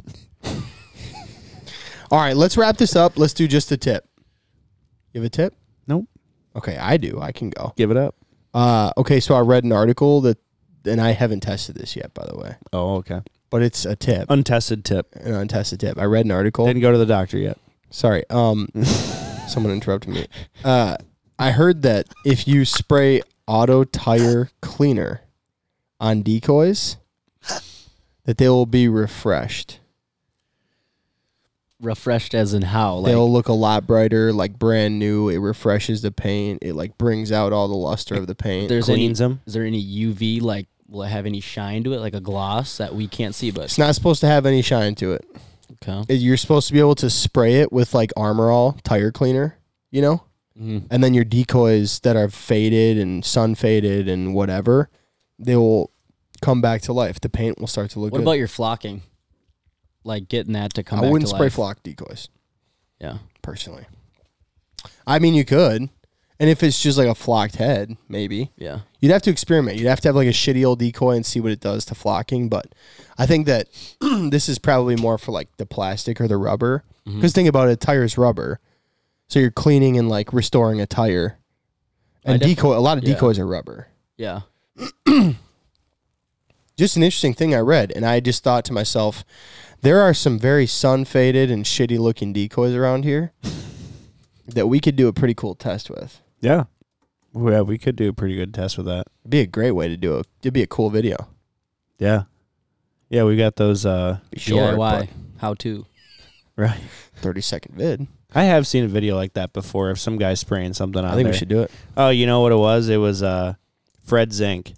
All right, let's wrap this up. Let's do just a tip. You have a tip?
nope,
Okay, I do. I can go.
give it up.
Uh, okay, so I read an article that, and I haven't tested this yet, by the way,
Oh, okay.
but it's a tip,
Untested tip.
an untested tip. I read an article.
Didn't go to the doctor yet.
Sorry, um, someone interrupted me. Uh, I heard that if you spray auto tire cleaner on decoys, that they will be refreshed.
Refreshed as in how? Like
They'll look a lot brighter, like brand new. It refreshes the paint. It like brings out all the luster of the paint.
there's
Cleans
any,
'em.
Is there any UV like will it have any shine to it, like a gloss that we can't see? But
It's not supposed to have any shine to it.
okay.
It- You're supposed to be able to spray it with like Armor All tire cleaner, you know?
Mhm.
And then your decoys that are faded and sun faded and whatever, they will come back to life. The paint will start to look
What
good.
about your flocking? Like getting that to come.
I
back
wouldn't
to
spray
life.
flock decoys
Yeah.
personally. I mean, you could. And if it's just like a flocked head, maybe.
Yeah.
You'd have to experiment. You'd have to have like a shitty old decoy and see what it does to flocking. But I think that this is probably more for like the plastic or the rubber. Because
Mm-hmm.
think about it, tire's rubber. So you're cleaning and like restoring a tire.
I
And
defi-
decoy, a lot of
yeah.
decoys are rubber.
Yeah.
Just an interesting thing I read. And I just thought to myself, there are some very sun faded and shitty looking decoys around here that we could do a pretty cool test with.
Yeah. Yeah, we could do a pretty good test with that.
It'd be a great way to do it. It'd be a cool video.
Yeah. Yeah, we got those uh
Be short,
DIY.
but
How to.
right.
30 second vid.
I have seen a video like that before of some guy spraying something on
I think we
there.
should do it.
Oh, you know what it was? It was uh Fred Zink.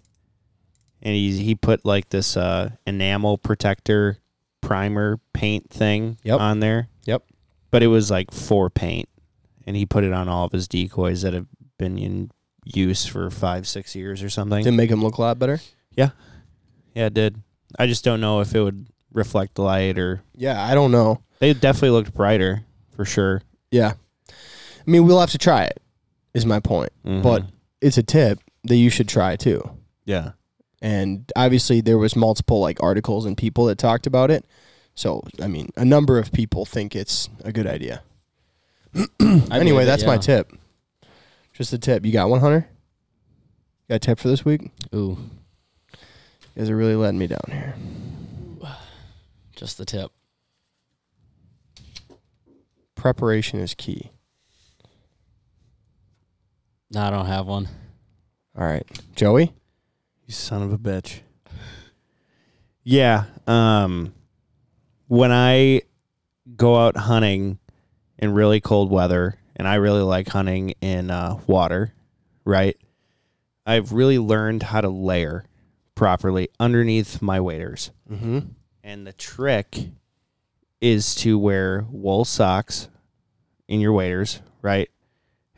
And he he put like this uh enamel protector primer paint thing
Yep.
on there.
Yep.
But it was like for paint. And he put it on all of his decoys that have been in use for five, six years or something.
to
Mm-hmm.
make them look a lot better.
Yeah, it did. I just don't know if it would reflect the light or
Yeah, I don't know.
They definitely looked brighter for sure.
Yeah, I mean, we'll have to try it. Is my point,
Mm-hmm.
but it's a tip that you should try too.
yeah,
And obviously, there was multiple like articles and people that talked about it. So, I mean, a number of people think it's a good idea.
I believe
anyway,
it,
that's my
yeah.
tip. Just a tip. You got one, Hunter? Got a tip for this week? You
Ooh,
guys are really letting me down here.
just the tip.
Preparation is key.
No, I don't have one.
All right, Joey.
You son of a bitch. Yeah. Um, when I go out hunting in really cold weather, and I really like hunting in uh, water, right? I've really learned how to layer properly underneath my waders.
Mm-hmm.
And the trick is to wear wool socks in your waders, right?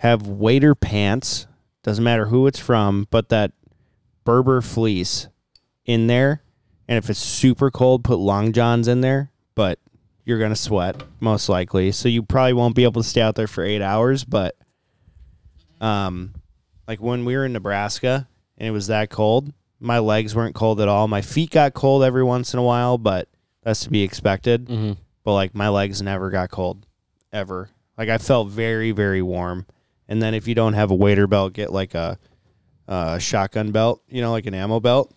Have wader pants, doesn't matter who it's from, but that Berber fleece in there. And if it's super cold, put long johns in there, but you're going to sweat most likely. So you probably won't be able to stay out there for 8 hours, but um like when we were in Nebraska and it was that cold, my legs weren't cold at all. My feet got cold every once in a while, but that's to be expected.
Mhm.
But like my legs never got cold ever. Like I felt very very warm. And then if you don't have a waiter belt, get like a uh, shotgun belt, you know, like an ammo belt.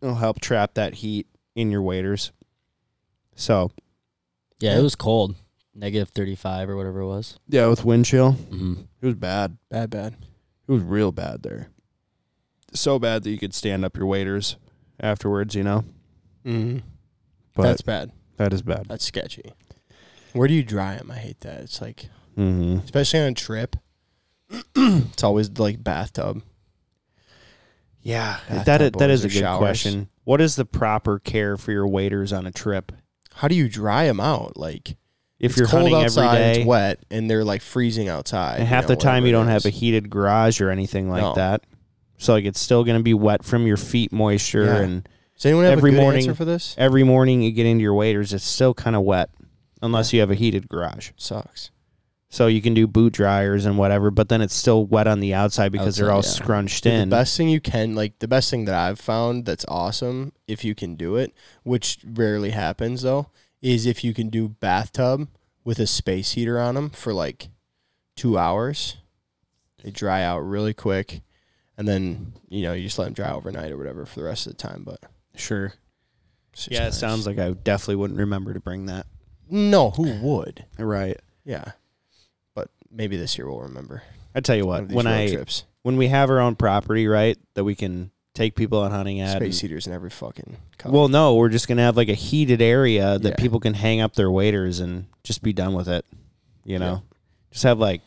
It'll help trap that heat in your waders. So
Yeah, it was cold, negative thirty five or whatever it was.
yeah, with wind chill,
Mm-hmm.
it was bad.
Bad, bad.
It was real bad there. So bad that you could stand up your waders afterwards, you know.
Mm-hmm.
But
That's bad.
that is bad.
That's sketchy. Where do you dry them? I hate that. It's like,
Mm-hmm.
especially on a trip. it's always like bathtub.
Yeah,
Bathtub
that is, that
boys
is a
or
good
showers.
question. What is the proper care for your waders on a trip?
How do you dry them out? Like
If
it's
you're
cold
hunting every
outside,
day,
it's wet, and they're like freezing outside.
and half the time you don't have a heated garage or anything like
No.
that, so like it's still going to be wet from your feat moisture,
Yeah.
and
Does anyone have
every
a good
morning-
answer for this?
every morning you get into your waders, it's still kind of wet, unless you have a heated garage.
Sucks.
So you can do boot dryers and whatever, but then it's still wet on the outside because they're all
Outside, yeah.
scrunched
Dude,
in.
the best thing you can, like the best thing that I've found that's awesome, if you can do it, which rarely happens though, is if you can do bathtub with a space heater on them for like two hours. They dry out really quick, and then you know you just let them dry overnight or whatever for the rest of the time. But
sure. Yeah, it sounds like I definitely wouldn't remember to bring that.
no, who would?
Right.
Yeah, but maybe this year we'll remember.
I tell you what,
one of these
when
road
I
trips.
when we have our own property, right, that we can take people out hunting at.
space
and-
heaters in every fucking cup.
well, no, we're just gonna have like a heated area that
Yeah.
people can hang up their waders and just be done with it. You know, just have like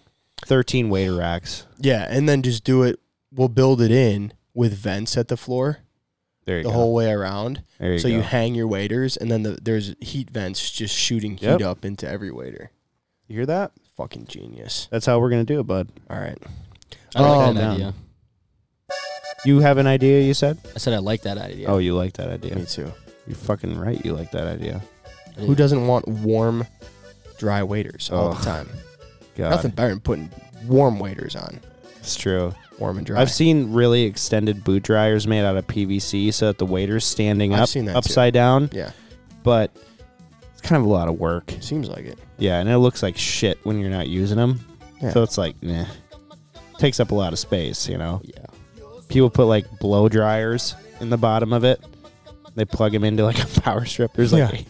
thirteen wader racks.
yeah, and then just do it. We'll build it in with vents at the floor
There you
the
go.
whole way around.
there you
so
go.
you hang your waders, and then the, there's heat vents just shooting heat
Yep.
up into every wader.
you hear that?
Fucking genius.
That's how we're gonna do it, bud.
All right.
I like
Um,
that
down.
idea.
You have an idea? You said?
I said I like that idea.
Oh, you like that idea?
Me too.
You're fucking right. You like that idea.
I
Who
did.
doesn't want warm, dry waders all the
Ugh,
time?
God,
Nothing better than putting warm waders on.
it's true.
Warm and dry.
I've seen really extended boot dryers made out of PVC so that the waiter's standing
I've
up
seen that too.
upside down,
Yeah,
but it's kind of a lot of work.
seems like it.
Yeah, and it looks like shit when you're not using them.
Yeah.
So it's like, nah. Takes up a lot of space, you know.
Yeah.
People put like blow dryers in the bottom of it. They plug them into like a power strip. There's like,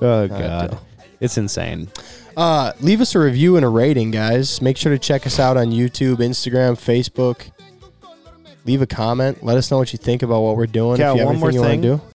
oh god, it's insane.
Uh, leave us a review and a rating, guys. Make sure to check us out on YouTube, Instagram, Facebook. Leave a comment. Let us know what you think about what we're doing.
Yeah,
if you have
one
anything
more
you want
thing.
to do.